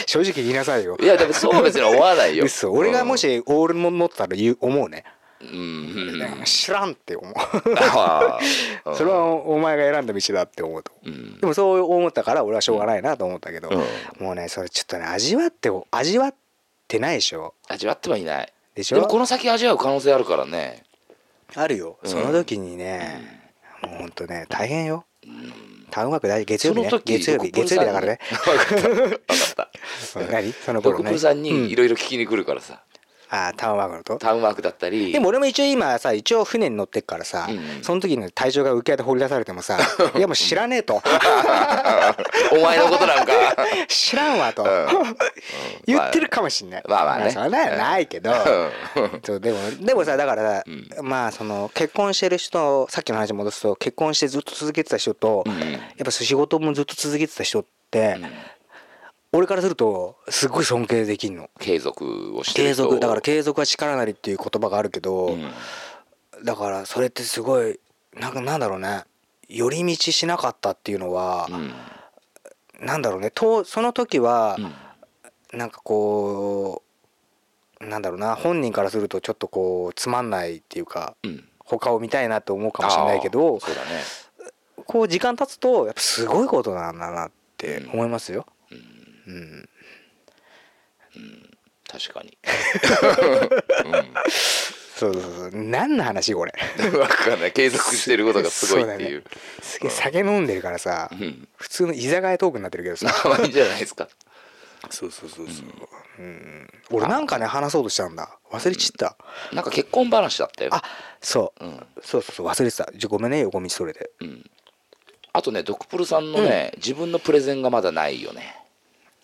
Speaker 4: 正直言いなさいよ
Speaker 3: いやでもそうは別に思わないよ
Speaker 4: 嘘俺がもしオールも持ってたら言う思うね、
Speaker 3: うんうん
Speaker 4: 知らんって思う
Speaker 3: ああうん
Speaker 4: それはお前が選んだ道だって思うと、
Speaker 3: うん
Speaker 4: でもそう思ったから俺はしょうがないなと思ったけど、
Speaker 3: う
Speaker 4: もうねそれちょっとね味わっても味わってないでしょ
Speaker 3: 味わってはいない
Speaker 4: でし
Speaker 3: でもこ
Speaker 4: ょ
Speaker 3: の先味わう可能性あるからね
Speaker 4: あるよ
Speaker 3: うん
Speaker 4: その時にね、もうほんとね大変よ、タウンワーク大月曜
Speaker 3: その
Speaker 4: 日ね
Speaker 3: 時
Speaker 4: 月曜日
Speaker 3: コップ
Speaker 4: 月
Speaker 3: ルさん
Speaker 4: 曜日
Speaker 3: に
Speaker 4: だからね
Speaker 3: 分かった分かった
Speaker 4: 何その
Speaker 3: ド
Speaker 4: 頃
Speaker 3: クプ
Speaker 4: ね
Speaker 3: ルさんに
Speaker 4: う
Speaker 3: いろいろ聞きに来るからさ、
Speaker 4: あータウンワークのと
Speaker 3: タウンワークだったり
Speaker 4: でも俺も一応今さ一応船に乗ってっからさ、
Speaker 3: うん
Speaker 4: その時の体調が浮き輪で放り出されても
Speaker 3: <laughs>
Speaker 4: さいやもう知らねえと <laughs>
Speaker 3: お前のことなんか
Speaker 4: 知らんわと、言ってるかもしんない、
Speaker 3: まあまあね
Speaker 4: そんなのないけど、
Speaker 3: うん
Speaker 4: そうでもでもさだからさ、
Speaker 3: う
Speaker 4: まあその結婚してる人さっきの話に戻すと結婚してずっと続けてた人と、
Speaker 3: うん
Speaker 4: やっぱ仕事もずっと続けてた人って、俺からするとすごい尊敬できんの。
Speaker 3: 継続をしてる
Speaker 4: 継
Speaker 3: と
Speaker 4: 続だから継続は力なりっていう言葉があるけど、
Speaker 3: うん
Speaker 4: だからそれってすごいなんかなんだろうね寄り道しなかったっていうのは、
Speaker 3: うん
Speaker 4: なんだろうねとその時は、
Speaker 3: うん
Speaker 4: なんかこうなんだろうな本人からするとちょっとこうつまんないっていうか
Speaker 3: うん
Speaker 4: 他を見たいなと思うかもしれないけど
Speaker 3: あーそうだね
Speaker 4: こう時間経つとやっぱすごいことなんだなって思いますよ。うん
Speaker 3: 確
Speaker 4: <laughs>
Speaker 3: かに
Speaker 4: そうそうそう何の話これ
Speaker 3: 分かんない継続してることがすごいっていう
Speaker 4: そだねすげえ酒飲んでるからさ、
Speaker 3: うん
Speaker 4: 普通の居酒屋トークになってるけどさ
Speaker 3: かわいいじゃないですか
Speaker 4: そうそうそうそう。うん。俺なんかね話そうとしたんだ。忘れちった。
Speaker 3: なんか結婚話だったよ
Speaker 4: あ、そう。
Speaker 3: うん
Speaker 4: そうそうそう忘れてた。じゃごめんね横道それで。
Speaker 3: うんあとねドクプルさんのね自分のプレゼンがまだないよね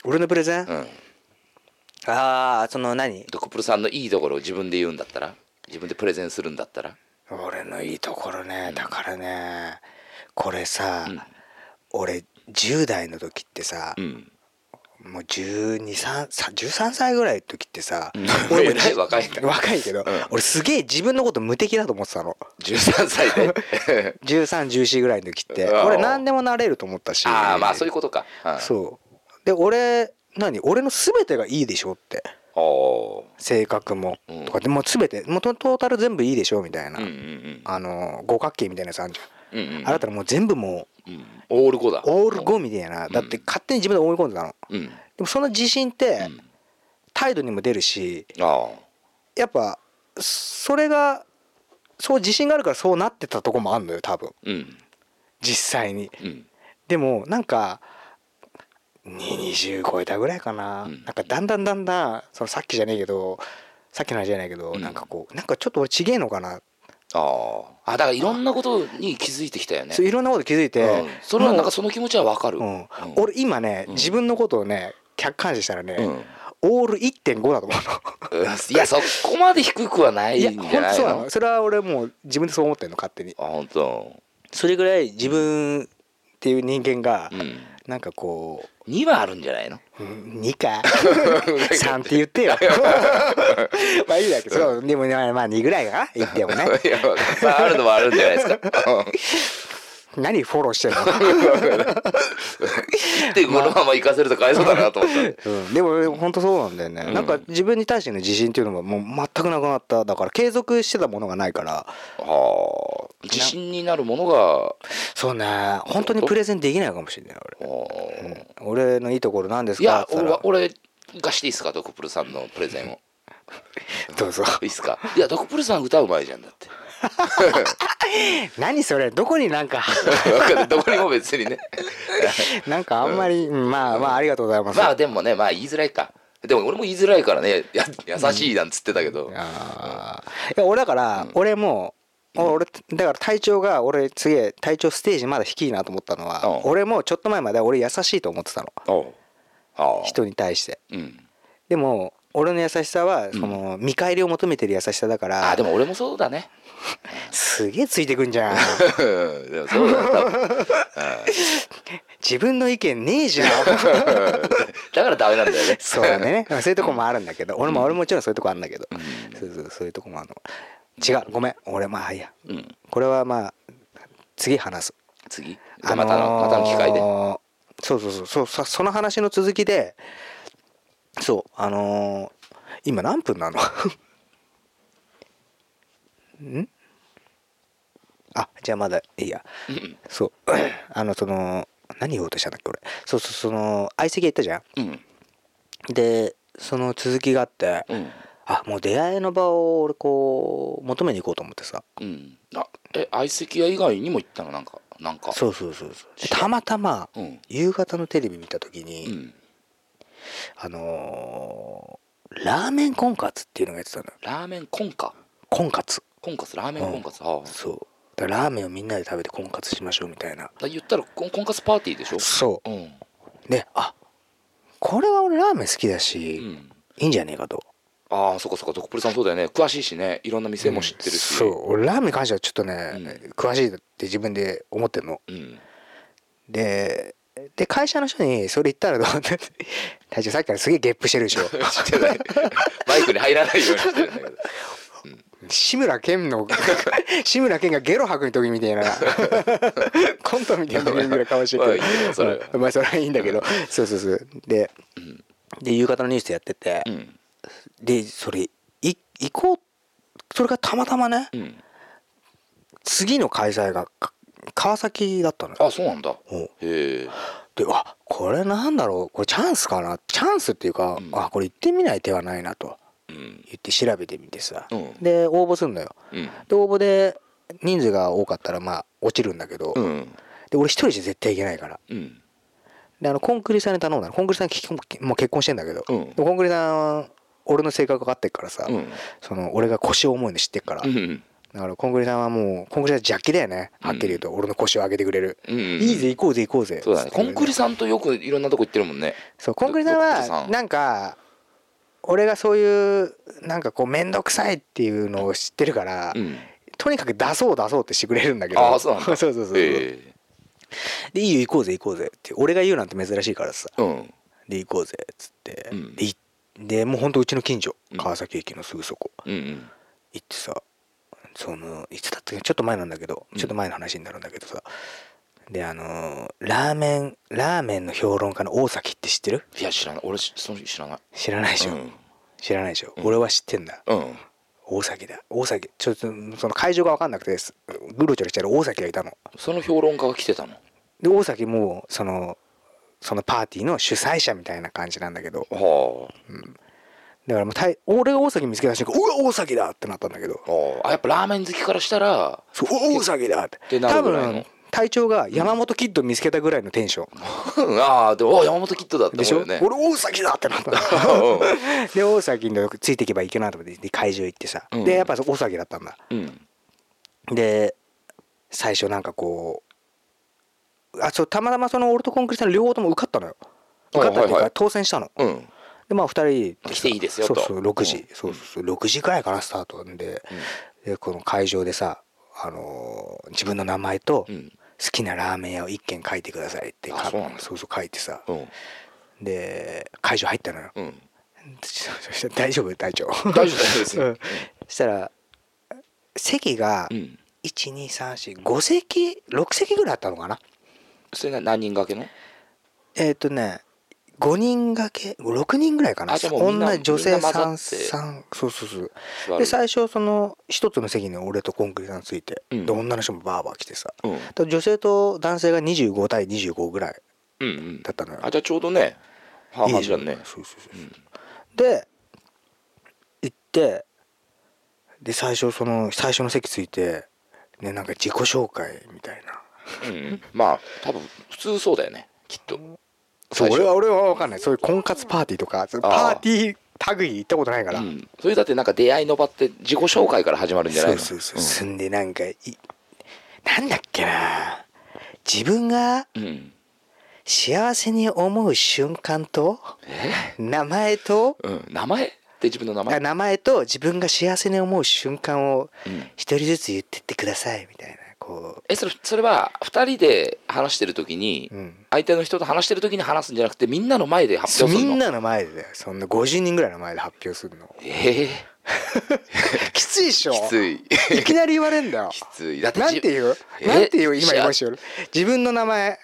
Speaker 4: 俺のプレゼン？
Speaker 3: うん
Speaker 4: ああその何？
Speaker 3: ドクプルさんのいいところを自分で言うんだったら自分でプレゼンするんだったら
Speaker 4: 俺のいいところね。だからね、これさ、
Speaker 3: うん
Speaker 4: 俺10代の時ってさ、
Speaker 3: うん
Speaker 4: もう12、3、さ13歳ぐらいの時ってさ、
Speaker 3: 俺 <laughs> らい若いんだ
Speaker 4: 若いけど、
Speaker 3: ん
Speaker 4: 俺すげえ自分のこと無敵だと思ってたの。
Speaker 3: 13歳
Speaker 4: <laughs>
Speaker 3: で
Speaker 4: 1314ぐらいの時って、
Speaker 3: うん
Speaker 4: 俺何でもなれると思ったし。
Speaker 3: ああまあそういうことか、うん、
Speaker 4: そうで俺何俺の全てがいいでしょって
Speaker 3: おお
Speaker 4: 性格も
Speaker 3: うん
Speaker 4: とかでもう全てもうトトータル全部いいでしょみたいな、
Speaker 3: ーうんうん
Speaker 4: あの五角形みたいなやつあるじゃ
Speaker 3: うんうんうん
Speaker 4: ん、あなたらもう全部も
Speaker 3: うんオール5だ
Speaker 4: うオール5みたいな、だって勝手に自分で思い込んでたの
Speaker 3: うん
Speaker 4: でもその自信って
Speaker 3: うん
Speaker 4: 態度にも出るし
Speaker 3: ああ
Speaker 4: やっぱそれがそう自信があるからそうなってたとこもあんのよ多分
Speaker 3: うん
Speaker 4: 実際に
Speaker 3: うん
Speaker 4: でもなんか20超えたぐらいかな、
Speaker 3: うん
Speaker 4: なんかだんだんだんだんそのさっきじゃねえけどさっきの話じゃないけど、
Speaker 3: うん
Speaker 4: なんかこうなんかちょっと俺ちげえのかな、
Speaker 3: あーあだからいろんなことに気づいてきたよね
Speaker 4: そういろんなこと気づいて、
Speaker 3: うん、それはなん
Speaker 4: も
Speaker 3: かその気持ちはわかる、
Speaker 4: う、うん
Speaker 3: うん
Speaker 4: 俺今ね、
Speaker 3: うん
Speaker 4: 自分のことをね客観視したらね、
Speaker 3: うん
Speaker 4: オール1.5だと思う
Speaker 3: うんいやそこまで低くはな
Speaker 4: の
Speaker 3: い
Speaker 4: い
Speaker 3: んじゃ
Speaker 4: や本
Speaker 3: な
Speaker 4: 当
Speaker 3: い
Speaker 4: そうな
Speaker 3: の
Speaker 4: のそれは俺もう自分でそう思ってんの勝手に
Speaker 3: あ本当
Speaker 4: それぐらい自分っていう人間が、
Speaker 3: うん
Speaker 4: なんかこう
Speaker 3: 2はあるんじゃないの
Speaker 4: うん2か <laughs> 3って言ってよ <laughs> まあいいだけどそうでもまあまあ2ぐらいかな言ってもね <laughs>
Speaker 3: いやまああるのもあるんじゃないですか
Speaker 4: 何フォローしてんの、 <laughs>
Speaker 3: でこのまま行かせるとかわいそうだなと思ったん
Speaker 4: <laughs>
Speaker 3: で
Speaker 4: うん、でも俺本当そうなんだよね、
Speaker 3: うん
Speaker 4: なんか自分に対しての自信っていうのがもう全くなくなっただから継続してたものがないから
Speaker 3: はあ自信になるものが
Speaker 4: そうね本当にプレゼンできないかもしれない
Speaker 3: あー
Speaker 4: 俺、俺のいいところなんです
Speaker 3: い
Speaker 4: かっ
Speaker 3: や
Speaker 4: て言
Speaker 3: 俺
Speaker 4: ったら
Speaker 3: は俺がしていいですかドクプルさんのプレゼンを
Speaker 4: ど <laughs> うぞ
Speaker 3: いいっすかいやドクプルさん歌うまいじゃんだって
Speaker 4: 何それどこになんか
Speaker 3: <laughs> わかんないどこにも別にね
Speaker 4: なんかあんまり、うんまあまあありがとうございます、
Speaker 3: まあでもねまあ言いづらいかでも俺も言いづらいからねや優しいなんつってたけど、
Speaker 4: あーいや俺だから、俺もう俺だから体調が俺すげえ体調ステージまだ低いなと思ったのは、
Speaker 3: うん
Speaker 4: 俺もちょっと前まで俺優しいと思ってたの
Speaker 3: おうああ
Speaker 4: 人に対して
Speaker 3: うん
Speaker 4: でも俺の優しさはその見返りを求めてる優しさだから、
Speaker 3: あでも俺もそうだ
Speaker 4: <laughs>
Speaker 3: ね
Speaker 4: すげえついてくんじゃん
Speaker 3: うんでもそうだ多分
Speaker 4: 自分の意見ねえじゃん
Speaker 3: だからダメなんだよね
Speaker 4: そうだねそういうとこもあるんだけど俺も俺もちろんそういうとこあるんだけど、そうそうそういうとこもあるの違うごめん俺まあいいや
Speaker 3: <laughs> うん
Speaker 4: これはまあ次話す
Speaker 3: 次じゃあまたの、またの機会で
Speaker 4: そうそうそうそうそその話の続きでそうあのー今何分なの <laughs> んあじゃあまだいいや
Speaker 3: うん
Speaker 4: そう <clears throat> あのその何言おうとしたんだっけ俺そうそうその相席屋行ったじゃ
Speaker 3: うん
Speaker 4: んでその続きがあって、
Speaker 3: うん
Speaker 4: あもう出会いの場を俺こう求めに行こうと思ってさ
Speaker 3: うんあえ相席屋以外にも行ったのなんかなんか
Speaker 4: そうそうそうそうでたまたま、
Speaker 3: うん
Speaker 4: 夕方のテレビ見た時に、
Speaker 3: うん
Speaker 4: あのーラーメン婚活っていうのがやってたのよ
Speaker 3: ラーメン婚活
Speaker 4: 婚活
Speaker 3: 婚活ラーメン婚活、ああ
Speaker 4: そうだからラーメンをみんなで食べて婚活しましょうみたいな
Speaker 3: だ言ったら婚婚活パーティーでしょ
Speaker 4: そ
Speaker 3: うん
Speaker 4: うであこれは俺ラーメン好きだ
Speaker 3: う
Speaker 4: し、い
Speaker 3: ん
Speaker 4: いんじゃねえかと
Speaker 3: ああそっかそっかドクプルさんそうだよね詳しいしねいろんな店も知ってるし、
Speaker 4: そう俺ラーメンに関してはちょっとね、
Speaker 3: うん
Speaker 4: 詳しいって自分で思ってるの
Speaker 3: うん <laughs>
Speaker 4: でで会社の人にそれ言ったらどうって <laughs> 大将さっきからすげえゲップしてる
Speaker 3: <laughs>
Speaker 4: でしょ
Speaker 3: してないマイクに入らないようにしてるんだけど
Speaker 4: 志村けんの <laughs> 志村けんがゲロ吐く時みたいな <laughs> コントみたいな時みたいな顔してる
Speaker 3: まあいいよそれは
Speaker 4: うんまあそれはいいんだけどそうそうそうで
Speaker 3: ん
Speaker 4: で夕方のニュースやってて
Speaker 3: うん
Speaker 4: でそれい行こうそれがたまたまね
Speaker 3: うん
Speaker 4: 次の開催がか川崎だったのよ
Speaker 3: あそうなんだ
Speaker 4: うん
Speaker 3: へえ
Speaker 4: であこれなんだろうこれチャンスかなチャンスっていうか、
Speaker 3: うん
Speaker 4: あこれ行ってみない手はないなと
Speaker 3: うん
Speaker 4: 言って調べてみてさ、
Speaker 3: うん
Speaker 4: で応募するのよ
Speaker 3: うん
Speaker 4: で応募で人数が多かったらまあ落ちるんだけど、
Speaker 3: うん
Speaker 4: で俺一人じゃ絶対いけないから
Speaker 3: うん
Speaker 4: であのコンクリさんに頼んだのコンクリさん結婚もう結婚してんだけど、
Speaker 3: うん
Speaker 4: でコンクリさん俺の性格分かってっからさ、
Speaker 3: うん
Speaker 4: その俺が腰を重いの知ってっから、
Speaker 3: うん
Speaker 4: だからコンクリさんはもうコンクリさん邪気だよねはっきり言うと俺の腰を上げてくれる、
Speaker 3: うん
Speaker 4: いいぜ行こうぜ行こうぜ
Speaker 3: そうだねコンクリ
Speaker 4: さん
Speaker 3: さんとよくいろんなとこ行ってるもんね
Speaker 4: そうコンクリさん
Speaker 3: コンクリさ
Speaker 4: は
Speaker 3: ん
Speaker 4: なんか俺がそういうなんかこう面倒くさいっていうのを知ってるから、
Speaker 3: うん
Speaker 4: とにかく出そう出そうってしてくれるんだけど
Speaker 3: あー <laughs> そうなんだ
Speaker 4: <laughs> そうそうそうそう、
Speaker 3: え
Speaker 4: で「いいよ行こうぜ行こうぜ」って俺が言うなんて珍しいからさ
Speaker 3: えうん
Speaker 4: 「で行こうぜ」っつって、
Speaker 3: うん
Speaker 4: でいでもうほんとうちの近所
Speaker 3: うん
Speaker 4: 川崎駅のすぐそこ
Speaker 3: うんうん
Speaker 4: 行ってさそのいつだったっけちょっと前なんだけど
Speaker 3: うん
Speaker 4: ちょっと前の話になるんだけどさであのーラーメンラーメンの評論家の大崎って知ってる
Speaker 3: いや知らない俺しその人知らない
Speaker 4: 知らないでしょ、
Speaker 3: うん
Speaker 4: 知らないでしょ、
Speaker 3: うん
Speaker 4: 俺は知ってんだ
Speaker 3: うん
Speaker 4: 大崎だ大崎ちょっとその会場が分かんなくてすぐろちょろしてる大崎がいたの
Speaker 3: その評論家が来てたの
Speaker 4: で大崎もそのそのパーティーの主催者みたいな感じなんだけど
Speaker 3: は
Speaker 4: だからもうたい俺が大崎見つけた瞬間「うわ大崎だ!」ってなったんだけど
Speaker 3: あはああやっぱラーメン好きからしたら
Speaker 4: 「そううわ大崎だ!」って
Speaker 3: てなる
Speaker 4: 多
Speaker 3: ぐらいの
Speaker 4: 分隊長が山本キッド見つけたぐらいのテンション
Speaker 3: うんああでもお山本キッドだって
Speaker 4: でしょ
Speaker 3: 思うよ
Speaker 4: 俺
Speaker 3: ね
Speaker 4: 大崎だってなった
Speaker 3: <laughs>
Speaker 4: で大崎についていけばいいかなと思ってで会場行ってさ
Speaker 3: うん
Speaker 4: でやっぱそう大崎だったんだ
Speaker 3: うん
Speaker 4: で最初なんかこうあそうたまたまその俺とコンクリさん両方とも受かったのよ受かったっていう
Speaker 3: はいはいは
Speaker 4: か
Speaker 3: い
Speaker 4: 当選したの
Speaker 3: うん
Speaker 4: でまあ2人
Speaker 3: 来ていいですよと
Speaker 4: そうそう6時、
Speaker 3: うん
Speaker 4: そうそうそう6時ぐらいからスタートなんで,、でこの会場でさ、あのー自分の名前と
Speaker 3: う
Speaker 4: 好
Speaker 3: ん
Speaker 4: きなラーメン屋を1軒書いてくださいって
Speaker 3: あそうなんだ
Speaker 4: そうそう書いてさ
Speaker 3: うん
Speaker 4: で会場入ったのよ、 <laughs>
Speaker 3: うん
Speaker 4: そそしたら大丈夫隊長 <laughs>
Speaker 3: 大丈夫大丈夫です
Speaker 4: うんそしたら席が
Speaker 3: うん
Speaker 4: 1 12345席6席ぐらいあったのかな
Speaker 3: それが何人掛けの
Speaker 4: えっ、とね5人掛け6人ぐらいかな
Speaker 3: あじゃあもうみんな
Speaker 4: 女女性
Speaker 3: みんな混ざ
Speaker 4: 3
Speaker 3: って
Speaker 4: 三そうそうそう
Speaker 3: 座る
Speaker 4: で最初その一つの席に俺とコンクリさんついて、
Speaker 3: うん
Speaker 4: で女の人もバーバー来てさ、
Speaker 3: うん
Speaker 4: だから女性と男性が25対25ぐらい
Speaker 3: うんうん
Speaker 4: だったのよ
Speaker 3: あじゃあちょうどね半々じゃん
Speaker 4: いい
Speaker 3: ね
Speaker 4: よそうそうそうそうで行ってで最初その最初の席ついてねなんか自己紹介みたいな
Speaker 3: うんうんまあ多分普通そうだよねきっと
Speaker 4: そう
Speaker 3: 最初
Speaker 4: 俺は俺は分かんないそういう婚活パーティーとかパーティー類行ったことないから、
Speaker 3: うんそれだってなんか出会いの場って自己紹介から始まるんじゃな
Speaker 4: そ
Speaker 3: いうの
Speaker 4: そうそう、すんでなんかいなんだっけな自分が
Speaker 3: うんうん
Speaker 4: 幸せに思う瞬間と
Speaker 3: え
Speaker 4: 名前と
Speaker 3: うん名前って自分の名前
Speaker 4: 名前と自分が幸せに思う瞬間を
Speaker 3: うん
Speaker 4: 一人ずつ言ってってくださいみたいなこ
Speaker 3: えそれそれは2人で話してる時に
Speaker 4: う、うん、
Speaker 3: 相手の人と話してる時に話すんじゃなくてみんなの前で発
Speaker 4: そう
Speaker 3: 表す
Speaker 4: み
Speaker 3: るの
Speaker 4: んなの前でだよそんな50人ぐらいの前で発表する <laughs> の
Speaker 3: ええ
Speaker 4: きついっしょ
Speaker 3: きつい
Speaker 4: いきなり言われ <laughs> んだよ
Speaker 3: きついだって
Speaker 4: な
Speaker 3: じ
Speaker 4: んて言う
Speaker 3: え
Speaker 4: なんて言う今
Speaker 3: しあ
Speaker 4: 言ましよ自分の名前、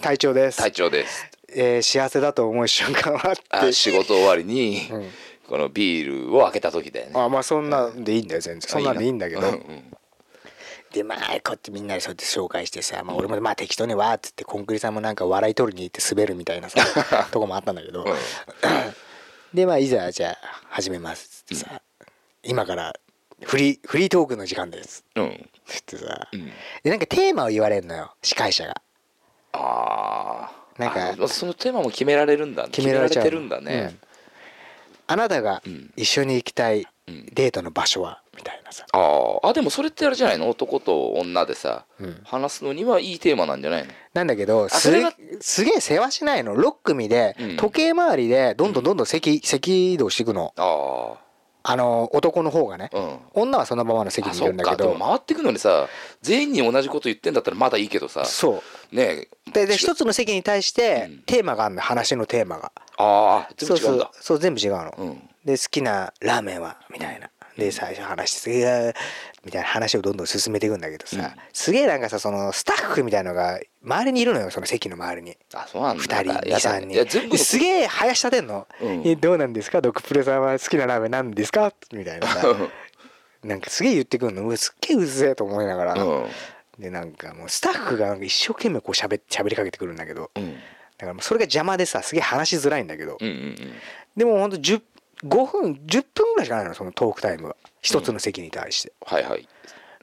Speaker 4: 隊長 <laughs> です、
Speaker 3: 隊長です
Speaker 4: えー幸せだと思う瞬間はあっ
Speaker 3: あ
Speaker 4: て
Speaker 3: 仕事終わりに、
Speaker 4: うん
Speaker 3: このビールを開けた時だよね
Speaker 4: あまあそんなんでいいんだよ全然そんなんでいいんだけど、
Speaker 3: うんうん
Speaker 4: でまあこうやってみんなでそうやって紹介してさ、まあ、俺もまあ適当にわーっつってコンクリさんもなんか笑い取りに行って滑るみたいな <laughs> さとこもあったんだけ
Speaker 3: う
Speaker 4: ど、
Speaker 3: ん
Speaker 4: でまあいざじゃあ始めますっつってさ、今からフリーフリートークの時間です
Speaker 3: うん
Speaker 4: っつってさ、
Speaker 3: うん
Speaker 4: でなんかテーマを言われるのよ司会者が
Speaker 3: あー
Speaker 4: なんか
Speaker 3: あそのテーマも決められるんだ
Speaker 4: 決められちゃ
Speaker 3: 決めら
Speaker 4: う
Speaker 3: れてるんだね、
Speaker 4: あなたが
Speaker 3: ん
Speaker 4: 一緒に行きたい
Speaker 3: うん
Speaker 4: デートの場所はみたいなさ、
Speaker 3: あーあでもそれってあれじゃないの男と女でさ、
Speaker 4: うん
Speaker 3: 話すのにはいいテーマなんじゃないの
Speaker 4: なんだけどす
Speaker 3: それが
Speaker 4: すげえ世話しないの6組で
Speaker 3: うん
Speaker 4: 時計回りでどんどんどんどん席,、席移動していくの
Speaker 3: あ
Speaker 4: あの男の方がね
Speaker 3: あ、うん
Speaker 4: 女はそのままの席
Speaker 3: あ
Speaker 4: にい
Speaker 3: そ
Speaker 4: る
Speaker 3: っ
Speaker 4: んだけ
Speaker 3: かで
Speaker 4: ど
Speaker 3: も回ってくのにさ全員に同じこと言ってんだったらまだいいけどさ
Speaker 4: そ
Speaker 3: ねえ
Speaker 4: うでで
Speaker 3: 違う
Speaker 4: 一つの席に対して
Speaker 3: うん
Speaker 4: テーマがあるの話のテーマが
Speaker 3: ああ全
Speaker 4: そう
Speaker 3: 部違う
Speaker 4: そ
Speaker 3: ん
Speaker 4: う
Speaker 3: だ
Speaker 4: そう全部違うの、
Speaker 3: うん
Speaker 4: で好きなラーメンはみたいなで最初話して次がみたいな話をどんどん進めていくんだけどさ、
Speaker 3: うん
Speaker 4: すげえなんかさそのスタッフみたいのが周りにいるのよその席の周りに。
Speaker 3: あそうなんだ
Speaker 4: 2人
Speaker 3: いやだ
Speaker 4: 23
Speaker 3: いや全
Speaker 4: 人
Speaker 3: 部
Speaker 4: ですげえ林立てんの、
Speaker 3: うん
Speaker 4: えどうなんですかドクプレさんは好きなラーメンなんですか?」みたいなさなんかすげえ言ってくるのうわすっげえうぜえと思いながら、
Speaker 3: <laughs> うん
Speaker 4: でなんかもうスタッフがなんか一生懸命こうしゃべりかけてくるんだけど
Speaker 3: うん
Speaker 4: だからもうそれが邪魔でさすげえ話しづらいんだけど、
Speaker 3: うんうん
Speaker 4: でもほんと10 5分10分ぐらいしかないのそのトークタイムは一つの席に対して、
Speaker 3: はいはい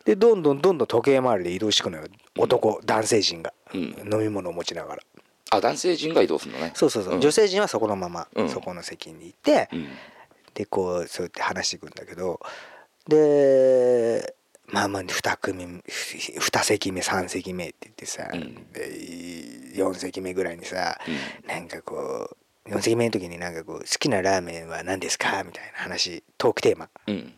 Speaker 4: でどんどんどんどん時計回りで移動してくのよ男、男性陣が、
Speaker 3: うん
Speaker 4: 飲み物を持ちながら
Speaker 3: あ男性陣が移動するのね
Speaker 4: そうそうそう、
Speaker 3: ん
Speaker 4: 女性陣はそこのまま、
Speaker 3: うん
Speaker 4: そこの席にいて、
Speaker 3: うん
Speaker 4: でこうそうやって話していくんだけどでまあまあ2組2席目3席目って言ってさ、
Speaker 3: うん
Speaker 4: で4席目ぐらいにさ、なんかこう4席目の時になんかこう好きなラーメンは何ですかみたいな話トークテーマ
Speaker 3: うん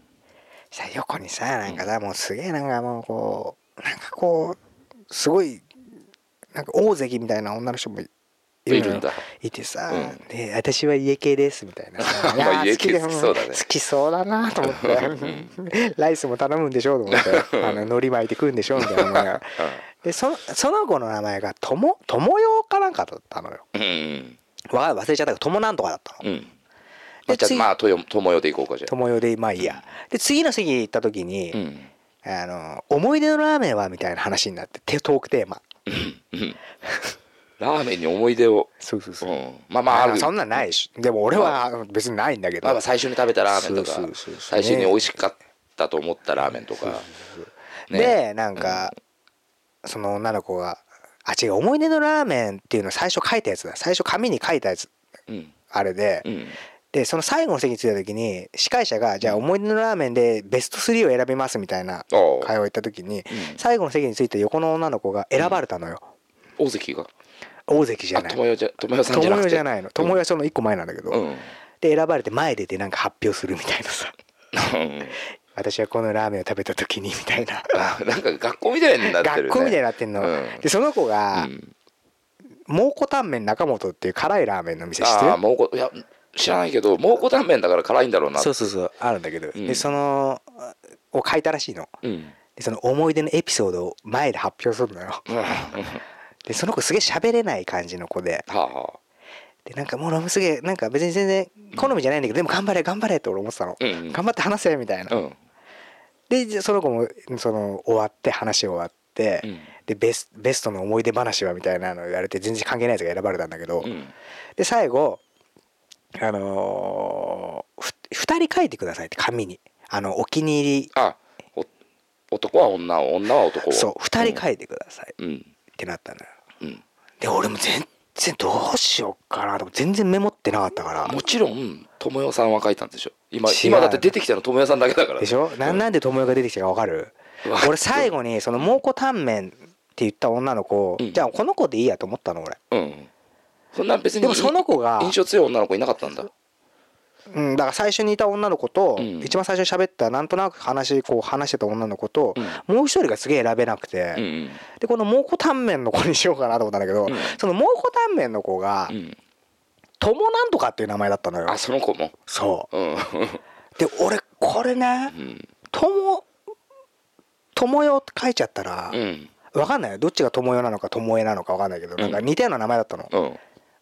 Speaker 4: さ横にさなんかさもうすげえなんかもうこうなんかこうすごいなんか大関みたいな女の人もいのよ
Speaker 3: いるんだ
Speaker 4: いてさ、
Speaker 3: う
Speaker 4: で私は家系ですみた
Speaker 3: <laughs>
Speaker 4: いな
Speaker 3: まあ
Speaker 4: いやー
Speaker 3: 家系
Speaker 4: で
Speaker 3: 好きそうだね
Speaker 4: 好きそうだなと思って <laughs> ライスも頼むんでしょうと思って
Speaker 3: <laughs>
Speaker 4: あの海苔巻いて食うんでしょうみたいな思いながらでそのその子の名前がとも友よかなんかだったのよ
Speaker 3: うんうん
Speaker 4: わ忘れちゃったけど友なんとかだったの
Speaker 3: うんまあじゃあ
Speaker 4: 次
Speaker 3: まあとよ友よで行こうかじゃあ
Speaker 4: 友よでまあいいやで次の席行った時に、
Speaker 3: うん
Speaker 4: あの思い出のラーメンはみたいな話になっててトークテーマ
Speaker 3: うんラーメンに思い出を
Speaker 4: そうそうそう、
Speaker 3: うんまあま
Speaker 4: ま
Speaker 3: あ
Speaker 4: あ
Speaker 3: ある
Speaker 4: そんなんないしでも俺は別にないんだけど、
Speaker 3: まあまあ最初に食べたラーメンとか
Speaker 4: そうそうそうそう
Speaker 3: 最初に美味しかったと思ったラーメンとかね
Speaker 4: でなんか、その女の子が「あ違う思い出のラーメン」っていうの最初書いたやつだ最初紙に書いたやつ
Speaker 3: うん
Speaker 4: あれで、
Speaker 3: うん
Speaker 4: でその最後の席に着いた時に司会者が「じゃあ思い出のラーメンでベスト3を選びます」みたいな
Speaker 3: おう
Speaker 4: 会話を言った時に、
Speaker 3: ん
Speaker 4: 最後の席に着いた横の女の子が選ばれたのよ、
Speaker 3: 大関が
Speaker 4: 大関じゃ
Speaker 3: あ
Speaker 4: ない
Speaker 3: 友よじゃ友よさんじゃな
Speaker 4: 友
Speaker 3: く
Speaker 4: よ
Speaker 3: て
Speaker 4: じゃないの友よはその1個前なんだけど、
Speaker 3: うん
Speaker 4: で選ばれて前出てなんか発表するみたいなさ私はこのラーメンを食べた時にみたいな
Speaker 3: <laughs> あ <laughs> なんか学校みたいになってるね
Speaker 4: 学校みたいになってんの、
Speaker 3: うん
Speaker 4: でその子が、
Speaker 3: うん
Speaker 4: 蒙古タンメン中本っていう辛いラーメンの店して
Speaker 3: ああ
Speaker 4: る
Speaker 3: 蒙古いや知らないけど蒙古タンメンだから辛いんだろうな
Speaker 4: そうそうそうあるんだけど、
Speaker 3: うん
Speaker 4: でそのを書いたらしいの
Speaker 3: うん
Speaker 4: でその思い出のエピソードを前で発表するのよ
Speaker 3: うんは <laughs>
Speaker 4: でその子すげえ喋れない感じの子で
Speaker 3: あは
Speaker 4: でなんかもうラムすげえなんか別に全然好みじゃないんだけどでも頑張れ頑張れって俺思ってたの、
Speaker 3: うんうん
Speaker 4: 頑張って話せみたい
Speaker 3: あ
Speaker 4: な、
Speaker 3: うん
Speaker 4: でその子もその終わって話終わって、
Speaker 3: うん
Speaker 4: でベスベストの思い出話はみたいなの言われて全然関係ないやつが選ばれたんだけど、
Speaker 3: うん
Speaker 4: で最後あのー、ふ2人書いてくださいって紙にあのお気に入り
Speaker 3: あお男は女を女は男を
Speaker 4: そう2人書いてくださいっ
Speaker 3: うん
Speaker 4: てなったのよ
Speaker 3: うん
Speaker 4: で俺も全然どうしようかなと思って全然メモってなかったから
Speaker 3: もちろん友よさんは書いたんでしょ今
Speaker 4: 違う
Speaker 3: 今だって出てきたの友よさんだけだから
Speaker 4: でしょなんなんで友よが出てきたかわかる
Speaker 3: わかる
Speaker 4: 俺最後にその蒙古タンメンって言った女の子、
Speaker 3: うん
Speaker 4: じゃあこの子でいいやと思ったの俺
Speaker 3: うんそんな別に
Speaker 4: でもその子が
Speaker 3: 印象強い女の子いなかったんだ
Speaker 4: うん、だから最初にいた女の子と、
Speaker 3: うん
Speaker 4: 一番最初に喋ったなんとなく話こう話してた女の子と、もう一人がすげえ選べなくて、
Speaker 3: うんうん
Speaker 4: でこの蒙古タンメンの子にしようかなと思ったんだけど、
Speaker 3: うん
Speaker 4: その蒙古タンメンの子が
Speaker 3: うん
Speaker 4: 友なんとかっていう名前だったのよ
Speaker 3: あその子も
Speaker 4: そ
Speaker 3: うん
Speaker 4: うで俺これね
Speaker 3: うん
Speaker 4: 友友よって書いちゃったら、
Speaker 3: うん
Speaker 4: わかんないよどっちが友よなのか友えなのかわかんないけど、なんか似たような名前だったの、
Speaker 3: うん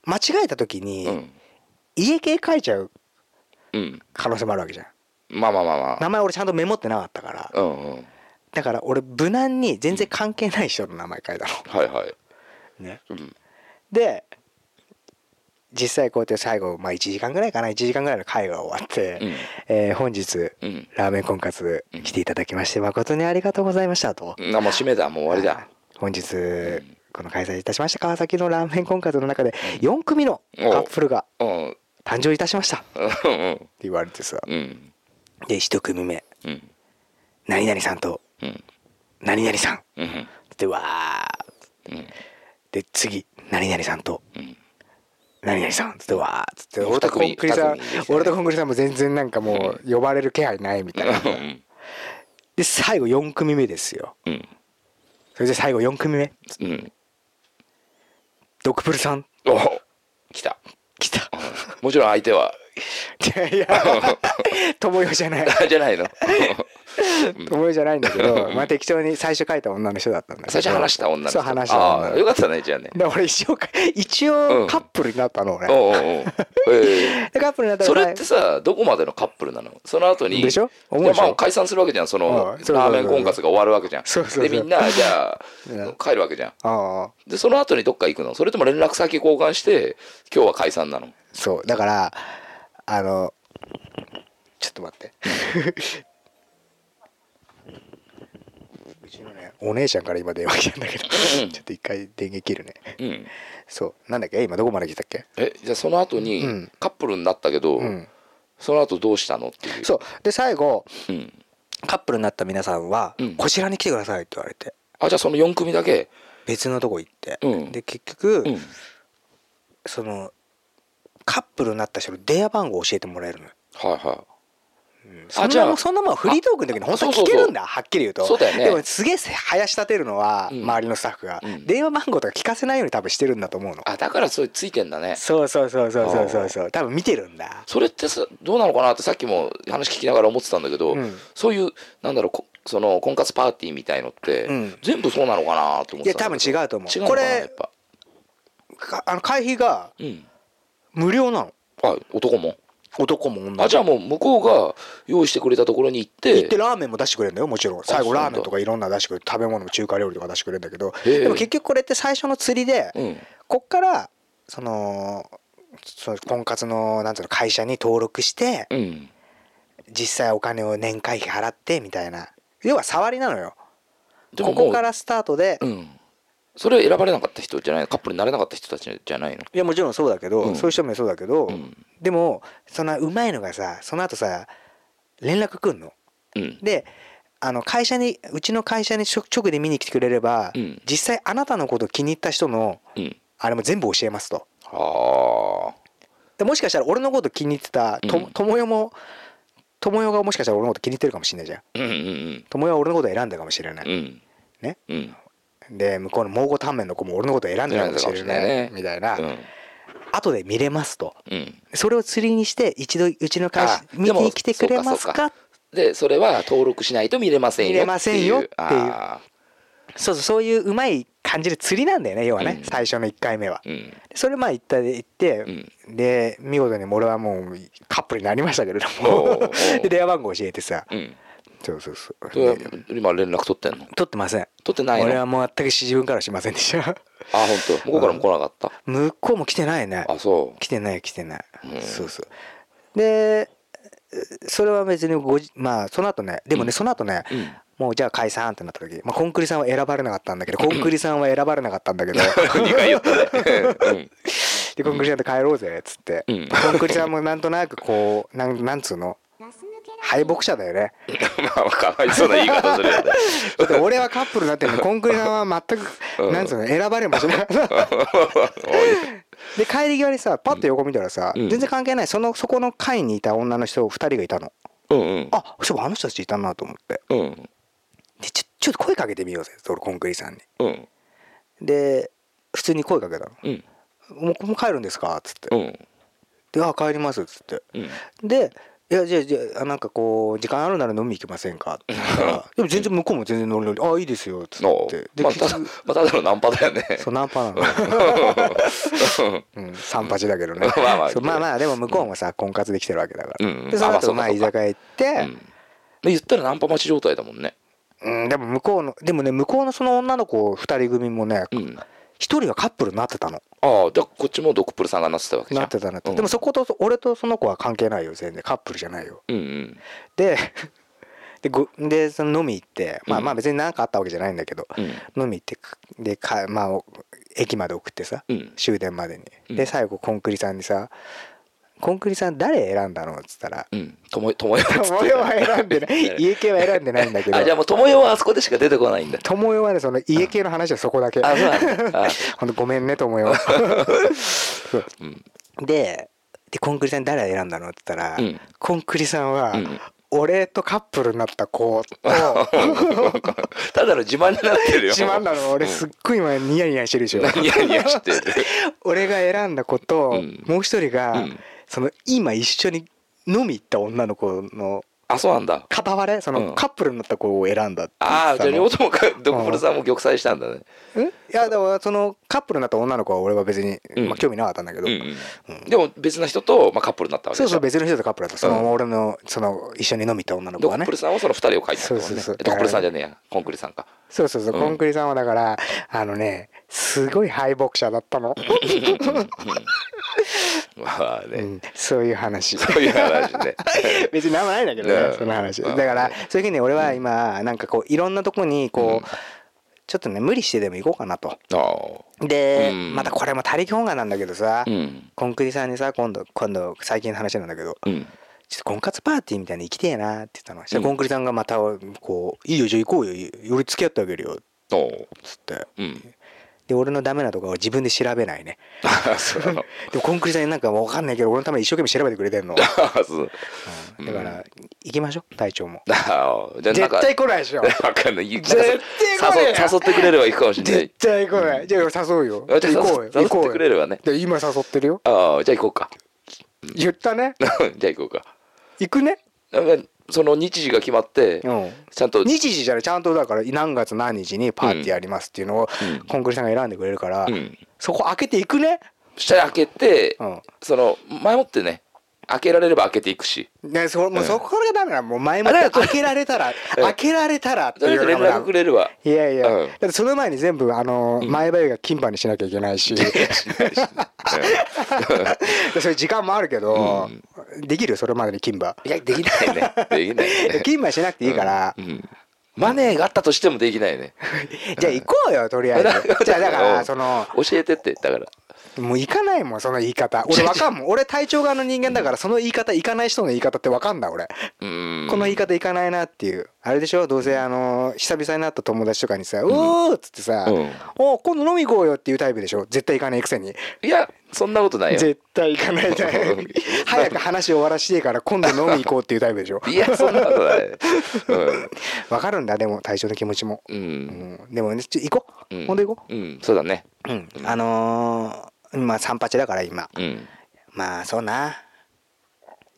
Speaker 4: 間違えた時に、
Speaker 3: うん
Speaker 4: 家系書いちゃう
Speaker 3: うん
Speaker 4: 可能性もあるわけじゃん
Speaker 3: まあまあまあま
Speaker 4: 名前俺ちゃんとメモってなかったから
Speaker 3: あうんうん
Speaker 4: だから俺無難に全然関係ない人の名前書いたの、
Speaker 3: はいはい
Speaker 4: ね、
Speaker 3: うん
Speaker 4: で実際こうやって最後、まあ、1時間ぐらいかな1時間ぐらいの会が終わって、
Speaker 3: うん
Speaker 4: えー本日
Speaker 3: うん
Speaker 4: ラーメン婚活来ていただきまして誠にありがとうございましたと、
Speaker 3: なもう締めだもう終わりだ
Speaker 4: 本日この開催いたしました川崎のラーメン婚活の中で4組のカップルが
Speaker 3: うん
Speaker 4: 誕生いたしましたって
Speaker 3: うん
Speaker 4: 言われてさ
Speaker 3: うん
Speaker 4: で1組目
Speaker 3: うん
Speaker 4: 何々さんと
Speaker 3: うん
Speaker 4: 何々さん
Speaker 3: うん
Speaker 4: でわー
Speaker 3: うん
Speaker 4: で次何々さんと
Speaker 3: うん
Speaker 4: 何々さんつってわーっつって
Speaker 3: 二組
Speaker 4: 俺とコンクリさ
Speaker 3: 二
Speaker 4: ん
Speaker 3: 組ですね
Speaker 4: 俺とコンクリさんも全然なんかもう呼ばれる気配ないみたいな
Speaker 3: うん
Speaker 4: で最後4組目ですよ
Speaker 3: うん
Speaker 4: それで最後4組目
Speaker 3: うん
Speaker 4: ドクプルさん
Speaker 3: お来た
Speaker 4: 来
Speaker 3: <laughs>
Speaker 4: た
Speaker 3: もちろん相手は
Speaker 4: いやいや友よじゃない
Speaker 3: じゃ
Speaker 4: <laughs>
Speaker 3: ないの
Speaker 4: 友よじゃないんだけどまあ適当に最初書いた女の人だったんだけ
Speaker 3: <laughs>
Speaker 4: ど
Speaker 3: 最初話した女の人
Speaker 4: そう話した
Speaker 3: あ
Speaker 4: 女
Speaker 3: あよかったねじゃあね
Speaker 4: で俺一応一
Speaker 3: う
Speaker 4: 応
Speaker 3: ん
Speaker 4: カップルになったの俺
Speaker 3: おうおうおう
Speaker 4: <laughs>
Speaker 3: ええ
Speaker 4: でカップルになった
Speaker 3: そ
Speaker 4: ら
Speaker 3: れってさどこまでのカップルなのその後に
Speaker 4: でしょ思う
Speaker 3: いや
Speaker 4: でしょ
Speaker 3: まあ解散するわけじゃんその
Speaker 4: うんそうそうそう
Speaker 3: ラーメン婚活が終わるわけじゃん
Speaker 4: そうそうそ
Speaker 3: で
Speaker 4: う
Speaker 3: み
Speaker 4: <laughs>
Speaker 3: んなじゃあ
Speaker 4: うん
Speaker 3: 帰るわけじゃん
Speaker 4: ああ
Speaker 3: でその後にどっか行くのそれとも連絡先交換して今日は解散なの
Speaker 4: そうだからあのちょっと待ってうちのねお姉ちゃんから今電話来たんだけど
Speaker 3: うん
Speaker 4: ちょっと一回電源切るね
Speaker 3: うん
Speaker 4: そうなんだっけ今どこまで来たっけ
Speaker 3: えじゃあその後
Speaker 4: う
Speaker 3: に
Speaker 4: ん
Speaker 3: カップルになったけど、
Speaker 4: うん
Speaker 3: その後どうしたのっていう
Speaker 4: そうで最後
Speaker 3: う、ん、
Speaker 4: カップルになった皆さんは
Speaker 3: うん
Speaker 4: こちらに来てくださいって言われて
Speaker 3: あじゃあその4組だけ
Speaker 4: 別のとこ行って、
Speaker 3: うん
Speaker 4: で結局、
Speaker 3: うん
Speaker 4: そのカップルになった人の電話番号教えてもらえるのよ
Speaker 3: はいはい
Speaker 4: そん
Speaker 3: じ
Speaker 4: な
Speaker 3: ゃ
Speaker 4: も
Speaker 3: あ
Speaker 4: んそんなもんフリートークの時に本当に聞けるんだはっきり言うと
Speaker 3: そうだよね
Speaker 4: でもすげえ林立てるのは
Speaker 3: うん
Speaker 4: 周りのスタッフが、
Speaker 3: うん
Speaker 4: 電話番号とか聞かせないように多分してるんだと思うの、
Speaker 3: あだからそれついてんだね
Speaker 4: そうそうそうそうそうそうそう多分見てるんだ
Speaker 3: それってさどうなのかなってさっきも話聞きながら思ってたんだけど、
Speaker 4: うん
Speaker 3: そういうなんだろうこその婚活パーティーみたいのって、
Speaker 4: うん
Speaker 3: 全部そうなのかなと思ってたんだけど
Speaker 4: いや多分違うと思う
Speaker 3: 違うのかな
Speaker 4: これ
Speaker 3: やっぱ、
Speaker 4: かあの会費が
Speaker 3: うん、
Speaker 4: 無料なの
Speaker 3: あ男も
Speaker 4: 男も女も
Speaker 3: あじゃあもう向こうが用意してくれたところに行って
Speaker 4: 行ってラーメンも出してくれるんだよもちろん最
Speaker 3: そ
Speaker 4: 後
Speaker 3: うなんだ
Speaker 4: ラーメンとかいろんなの出してくれる食べ物も中華料理とか出してくれるんだけど
Speaker 3: へえ
Speaker 4: でも結局これって最初の釣りで、
Speaker 3: うん
Speaker 4: こっからそのその婚活のなんていうの会社に登録して
Speaker 3: うん
Speaker 4: 実際お金を年会費払ってみたいな要は触りなのよ
Speaker 3: でも
Speaker 4: こ
Speaker 3: もう
Speaker 4: こからスタートで、
Speaker 3: うんそれ選ばれなかった人じゃないカップルになれなかった人たちじゃないの
Speaker 4: いやもちろんそうだけど、
Speaker 3: うん
Speaker 4: そういう人もそうだけど、
Speaker 3: うん
Speaker 4: でもそんなうまいのがさその後さ連絡くんの
Speaker 3: うん
Speaker 4: であの会社にうちの会社に直直で見に来てくれれば、
Speaker 3: うん
Speaker 4: 実際あなたのこと気に入った人の
Speaker 3: うん
Speaker 4: あれも全部教えますと
Speaker 3: はあ
Speaker 4: でもしかしたら俺のこと気に入ってたと
Speaker 3: うん
Speaker 4: 友よも友よがもしかしたら俺のこと気に入ってるかもしれないじゃん
Speaker 3: うんうん
Speaker 4: 友よは俺のこと選んだかもしれな
Speaker 3: うんう
Speaker 4: い、
Speaker 3: ん
Speaker 4: ね
Speaker 3: うん
Speaker 4: で向こうの蒙古タンメンの子も俺のこと選んでたかもしれ
Speaker 3: 選んでたかもしれな
Speaker 4: ないい
Speaker 3: ね
Speaker 4: みたいな、
Speaker 3: うん
Speaker 4: 後で見れますと
Speaker 3: うん
Speaker 4: それを釣りにして一度うちの会社
Speaker 3: あ
Speaker 4: 見
Speaker 3: でも
Speaker 4: に来てくれます
Speaker 3: そう
Speaker 4: か
Speaker 3: かでそれは登録しないと見れませんよっていう
Speaker 4: 見れませんよっていう
Speaker 3: あ
Speaker 4: そうそうそういううまい感じで釣りなんだよね要はね、
Speaker 3: うん
Speaker 4: 最初の1回目は
Speaker 3: ーうん
Speaker 4: それまあ行ったで行って、で見事に俺はもうカップルになりましたけれど
Speaker 3: おうお
Speaker 4: も
Speaker 3: う
Speaker 4: <laughs> で電話番号教えてさ
Speaker 3: うんうん
Speaker 4: そうそうそう
Speaker 3: それは
Speaker 4: で
Speaker 3: 今連絡取ってんの
Speaker 4: 取ってません
Speaker 3: 取ってないの
Speaker 4: 俺はもう全く自分からはしませんでした <laughs>
Speaker 3: あ本当向こうからも来なかっ
Speaker 4: 向こうも来てないね
Speaker 3: たあそう
Speaker 4: 来てない来てない、
Speaker 3: うん
Speaker 4: そうそうでえそれは別にごじまあその後ねでもね、
Speaker 3: うん
Speaker 4: その後ね、
Speaker 3: うん
Speaker 4: もうじゃあ解散ってなった時、まあ、コンクリさんは選ばれなかったんだけどコンクリさんは選ばれなかったんだけど
Speaker 3: 二回言ったねうん
Speaker 4: <laughs> でコンクリさんと帰ろうぜっつって、
Speaker 3: うん <laughs>
Speaker 4: コンクリさんもなんとなくこうなんなんつうの敗北者だよね
Speaker 3: まあかわいそうな言い方するよね <laughs>
Speaker 4: だって俺はカップルになってるのにコンクリさんは全く、
Speaker 3: うん
Speaker 4: なんつうの選ばれも
Speaker 3: <laughs>
Speaker 4: しなかったで帰り際にさパッと横見たらさ、
Speaker 3: うん
Speaker 4: 全然関係ないそのそこの会にいた女の人2人がいたの
Speaker 3: うんうん
Speaker 4: あそういえばあの人たちいたなと思って
Speaker 3: うん
Speaker 4: でちょちょっと声かけてみようぜ俺コンクリさんに
Speaker 3: うん
Speaker 4: で普通に声かけたの
Speaker 3: うん
Speaker 4: 「もうもう帰るんですか?」っつって
Speaker 3: う
Speaker 4: 「
Speaker 3: ん
Speaker 4: であ帰ります」っつって
Speaker 3: うん
Speaker 4: で「いやじゃあじゃああなんかこう時間あるなら飲み行きませんか?」って
Speaker 3: <laughs>
Speaker 4: 言ったらでも全然向こうも全然ノリノリ「あいいですよ」っつ
Speaker 3: の
Speaker 4: ってで
Speaker 3: まあただ
Speaker 4: 結
Speaker 3: ま
Speaker 4: 局
Speaker 3: あただのナンパだよね
Speaker 4: <laughs> そうナンパなのうん三八だけどね
Speaker 3: <laughs> まあまあ
Speaker 4: そうまあまあでも向こうもさ婚活できてるわけだから
Speaker 3: うん
Speaker 4: でその
Speaker 3: あまあそ
Speaker 4: 後
Speaker 3: うか
Speaker 4: まあ
Speaker 3: そう
Speaker 4: 居
Speaker 3: か
Speaker 4: 酒屋行って
Speaker 3: うんで言ったらナンパ待ち状態だもんね
Speaker 4: うんでも向こうのでもね向こうのその女の子2人組もね
Speaker 3: うん
Speaker 4: 一人はカップルになってたの
Speaker 3: ああじゃあこっちもドクプルさんがなってたわけじゃん
Speaker 4: なってたなって、
Speaker 3: うん
Speaker 4: でもそことそ俺とその子は関係ないよ全然カップルじゃないよ
Speaker 3: うんうん
Speaker 4: ででごでその飲み行ってまあ
Speaker 3: うん
Speaker 4: まあ別に何かあったわけじゃないんだけど、
Speaker 3: うん
Speaker 4: 飲み行ってくでかまあお駅まで送ってさ、
Speaker 3: うん
Speaker 4: 終電までに、
Speaker 3: うん
Speaker 4: で最後コンクリさんにさ「コンクリさん誰選んだの?」っつった
Speaker 3: <laughs>
Speaker 4: ら
Speaker 3: うんともともよ
Speaker 4: 「友よは選んで
Speaker 3: <laughs>
Speaker 4: ない家系は選んでないんだけど
Speaker 3: あじゃあもうともよはあそこでしか出てこないんだ
Speaker 4: 友よはねその家系の話はそこだけ」
Speaker 3: あそうなんだあ
Speaker 4: <laughs> ほんとごめんねと思うよ。そう
Speaker 3: <laughs> うん
Speaker 4: ででコンクリさん誰選んだのって言ったら、
Speaker 3: うん
Speaker 4: コンクリさんは、
Speaker 3: うん
Speaker 4: 俺とカップルになった子と
Speaker 3: <laughs> ただの自慢になってるよ
Speaker 4: 自慢なの俺すっごい今ニヤニヤしてるでしょ。
Speaker 3: ニヤニヤしてる
Speaker 4: 俺が選んだ子と、
Speaker 3: うん
Speaker 4: もう一人が、
Speaker 3: うん
Speaker 4: その今一緒に飲み行った女の子の
Speaker 3: あそうなんだ
Speaker 4: 片割れそうの
Speaker 3: ん
Speaker 4: カップルになった子を選んだって言
Speaker 3: あ
Speaker 4: っ
Speaker 3: あじ
Speaker 4: てた
Speaker 3: ゃあ
Speaker 4: の
Speaker 3: 両方ともかドクプルさんも玉砕したんだね
Speaker 4: んいやだからそのカップルになった女の子は俺は別に、
Speaker 3: うん
Speaker 4: まあ、興味なかったんだけど、
Speaker 3: うんうんでも別な人とまあカップルになったわけ
Speaker 4: そう
Speaker 3: でし
Speaker 4: そう
Speaker 3: ょ
Speaker 4: 別の人とカップルだったそ
Speaker 3: うん
Speaker 4: の俺のその一緒に飲み行った女の子
Speaker 3: ド
Speaker 4: は
Speaker 3: ク
Speaker 4: ね
Speaker 3: プルさんはその二人を書いたんだもん
Speaker 4: そうそう
Speaker 3: ね
Speaker 4: そう
Speaker 3: ドクプルさんじゃねえやコンクリさん <laughs> か
Speaker 4: そうそうそう
Speaker 3: うん
Speaker 4: コンクリさんはだからあのねすごい敗北者だったの、
Speaker 3: まあ
Speaker 4: う
Speaker 3: ね
Speaker 4: ん、そういう話
Speaker 3: そういう話 <laughs> ね
Speaker 4: <laughs> 別に何もないんだけど
Speaker 3: うん
Speaker 4: ねその話
Speaker 3: うん
Speaker 4: だからそういうふうに俺は今なんかこういろんなとこにこうちょっとね無理してでも行こうかなと
Speaker 3: ああ
Speaker 4: で
Speaker 3: うん
Speaker 4: またこれも他力本願なんだけどさ
Speaker 3: うん
Speaker 4: コンクリさんにさ今度今度最近の話なんだけど
Speaker 3: うん
Speaker 4: ちょっと婚活パーティーみたいに行きてえなって言ったのそした
Speaker 3: うん
Speaker 4: らコンクリさんがまたこう「いいよじゃあ行こうよより付き合ってあげるよ」っ
Speaker 3: おう
Speaker 4: つって
Speaker 3: うん <laughs>
Speaker 4: で俺のダメなとこは自分で調べないね
Speaker 3: あそうなの
Speaker 4: <laughs> でもコンクリさんになんかわかんないけど俺のために一生懸命調べてくれてんのだ
Speaker 3: あそう
Speaker 4: から行きましょう隊長も
Speaker 3: ああじゃあなん
Speaker 4: 絶
Speaker 3: か
Speaker 4: 対来ないでし
Speaker 3: <laughs>
Speaker 4: ょ
Speaker 3: わかんないなんか
Speaker 4: 絶対来ね
Speaker 3: 誘
Speaker 4: えよ
Speaker 3: 誘ってくれれば行くかもしれな
Speaker 4: 絶
Speaker 3: い
Speaker 4: 対来ないじゃあ俺誘うよ
Speaker 3: あじゃあ
Speaker 4: 行こうよ
Speaker 3: 誘
Speaker 4: 行こ
Speaker 3: 誘っ
Speaker 4: う
Speaker 3: てくれるわね
Speaker 4: よで今誘ってるよ
Speaker 3: ああじゃあ行こうか <laughs>
Speaker 4: 言ったね
Speaker 3: じゃあ行こうか
Speaker 4: 行くね
Speaker 3: なんかその日時が決まって
Speaker 4: うん
Speaker 3: ちゃんと
Speaker 4: 日時じゃないちゃんとだから何月何日にパーティーやりますっていうのを
Speaker 3: うん
Speaker 4: コンクリさんが選んでくれるから
Speaker 3: うん
Speaker 4: そこ開けていくね
Speaker 3: 下開けて
Speaker 4: うん
Speaker 3: その前もってね開けられれば開けていくし
Speaker 4: ねそもうそこがダメなのもう前もっ
Speaker 3: あだ
Speaker 4: て
Speaker 3: から
Speaker 4: 開けられたら
Speaker 3: うん
Speaker 4: 開けられたらって
Speaker 3: とり
Speaker 4: い
Speaker 3: あえず
Speaker 4: う
Speaker 3: 連
Speaker 4: のが
Speaker 3: 絡くれるわ
Speaker 4: いやいや、
Speaker 3: うん
Speaker 4: だってその前に全部あのー前歯が金歯にしなきゃいけ <laughs> ない <laughs> し、そういう時間もあるけど、できるそれまでに金歯
Speaker 3: いやできないね <laughs> できないね
Speaker 4: 金歯しなくていいから、
Speaker 3: うんマネーがあったとしてもできないね
Speaker 4: じゃあ行こうよとりあえず <laughs> じゃあだからその
Speaker 3: 教えてってだから
Speaker 4: もう行かないもんその言い方俺わかんもん俺体調側の人間だからその言い方行かない人の言い方ってわかんだ俺、
Speaker 3: うーん
Speaker 4: この言い方行かないなっていうあれでしょどうせあのー久々になった友達とかにさ「うお!」っつってさ「
Speaker 3: うん
Speaker 4: お今度飲み行こうよ」っていうタイプでしょ絶対行かないくせに。
Speaker 3: いやそんなことないよ
Speaker 4: 絶対行かな
Speaker 3: <laughs>
Speaker 4: いタイ
Speaker 3: う
Speaker 4: プ
Speaker 3: ん
Speaker 4: 早く話終わらしてえから今度飲み行こうっていうタイプでしょ
Speaker 3: いやそんなこと
Speaker 4: <laughs>
Speaker 3: ない
Speaker 4: わかるんだでも対象の気持ちも、
Speaker 3: うんう
Speaker 4: うんん、でもねちょ行こう、
Speaker 3: うん
Speaker 4: ほんと行こ
Speaker 3: うんそうだね
Speaker 4: う、うん、あのー、まあ三八だから今
Speaker 3: うん
Speaker 4: まあそうな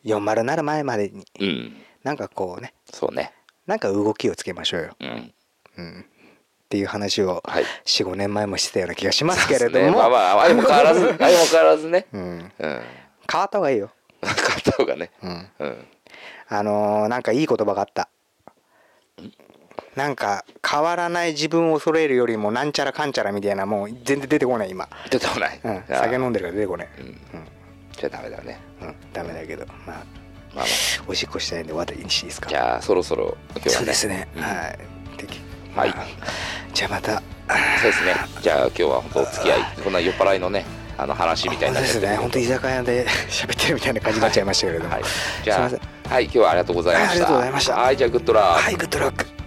Speaker 4: 40なる前までに
Speaker 3: うん
Speaker 4: なんかこうね
Speaker 3: そうね
Speaker 4: なんか動きをつけましょうよ、
Speaker 3: うん
Speaker 4: うん、っていう話を
Speaker 3: はい
Speaker 4: 45年前もしてたような気がしますけれ
Speaker 3: そう
Speaker 4: ど
Speaker 3: っすね
Speaker 4: も、
Speaker 3: まあまあ相も変わ
Speaker 4: <laughs>
Speaker 3: らず相も変わらずね
Speaker 4: うん、
Speaker 3: うん
Speaker 4: 変わった方がいいよ、
Speaker 3: 買った方がね
Speaker 4: うん、
Speaker 3: うん
Speaker 4: あのーなんかいい言葉があったなんか変わらない自分を恐れるよりもなんちゃらかんちゃらみたいなもう全然出てこない今、
Speaker 3: 出てこない
Speaker 4: うん、
Speaker 3: あ
Speaker 4: 酒飲んでるから出てこない、
Speaker 3: うんじゃあダメだね
Speaker 4: うん、ダメだけどまあ
Speaker 3: まあまあ
Speaker 4: おしっこしたいんで終わっていいですか
Speaker 3: じゃあそろそろ今日はね
Speaker 4: そうですね、
Speaker 3: うん
Speaker 4: はいでき
Speaker 3: はい
Speaker 4: まあじゃあまた
Speaker 3: そうですねじゃあ今日は本当お付き合いこんな酔っ払いのねあの話みたいにな
Speaker 4: あ
Speaker 3: っ
Speaker 4: そう
Speaker 3: ちゃ
Speaker 4: で
Speaker 3: って
Speaker 4: すね本当居酒屋で喋ってるみたいな感じになっちゃいましたけれども、
Speaker 3: はい
Speaker 4: はい、
Speaker 3: じゃ
Speaker 4: すいま
Speaker 3: あはい今日はありがとうございました
Speaker 4: はいありがとうございました
Speaker 3: はいじゃあグッドラー
Speaker 4: グッドラック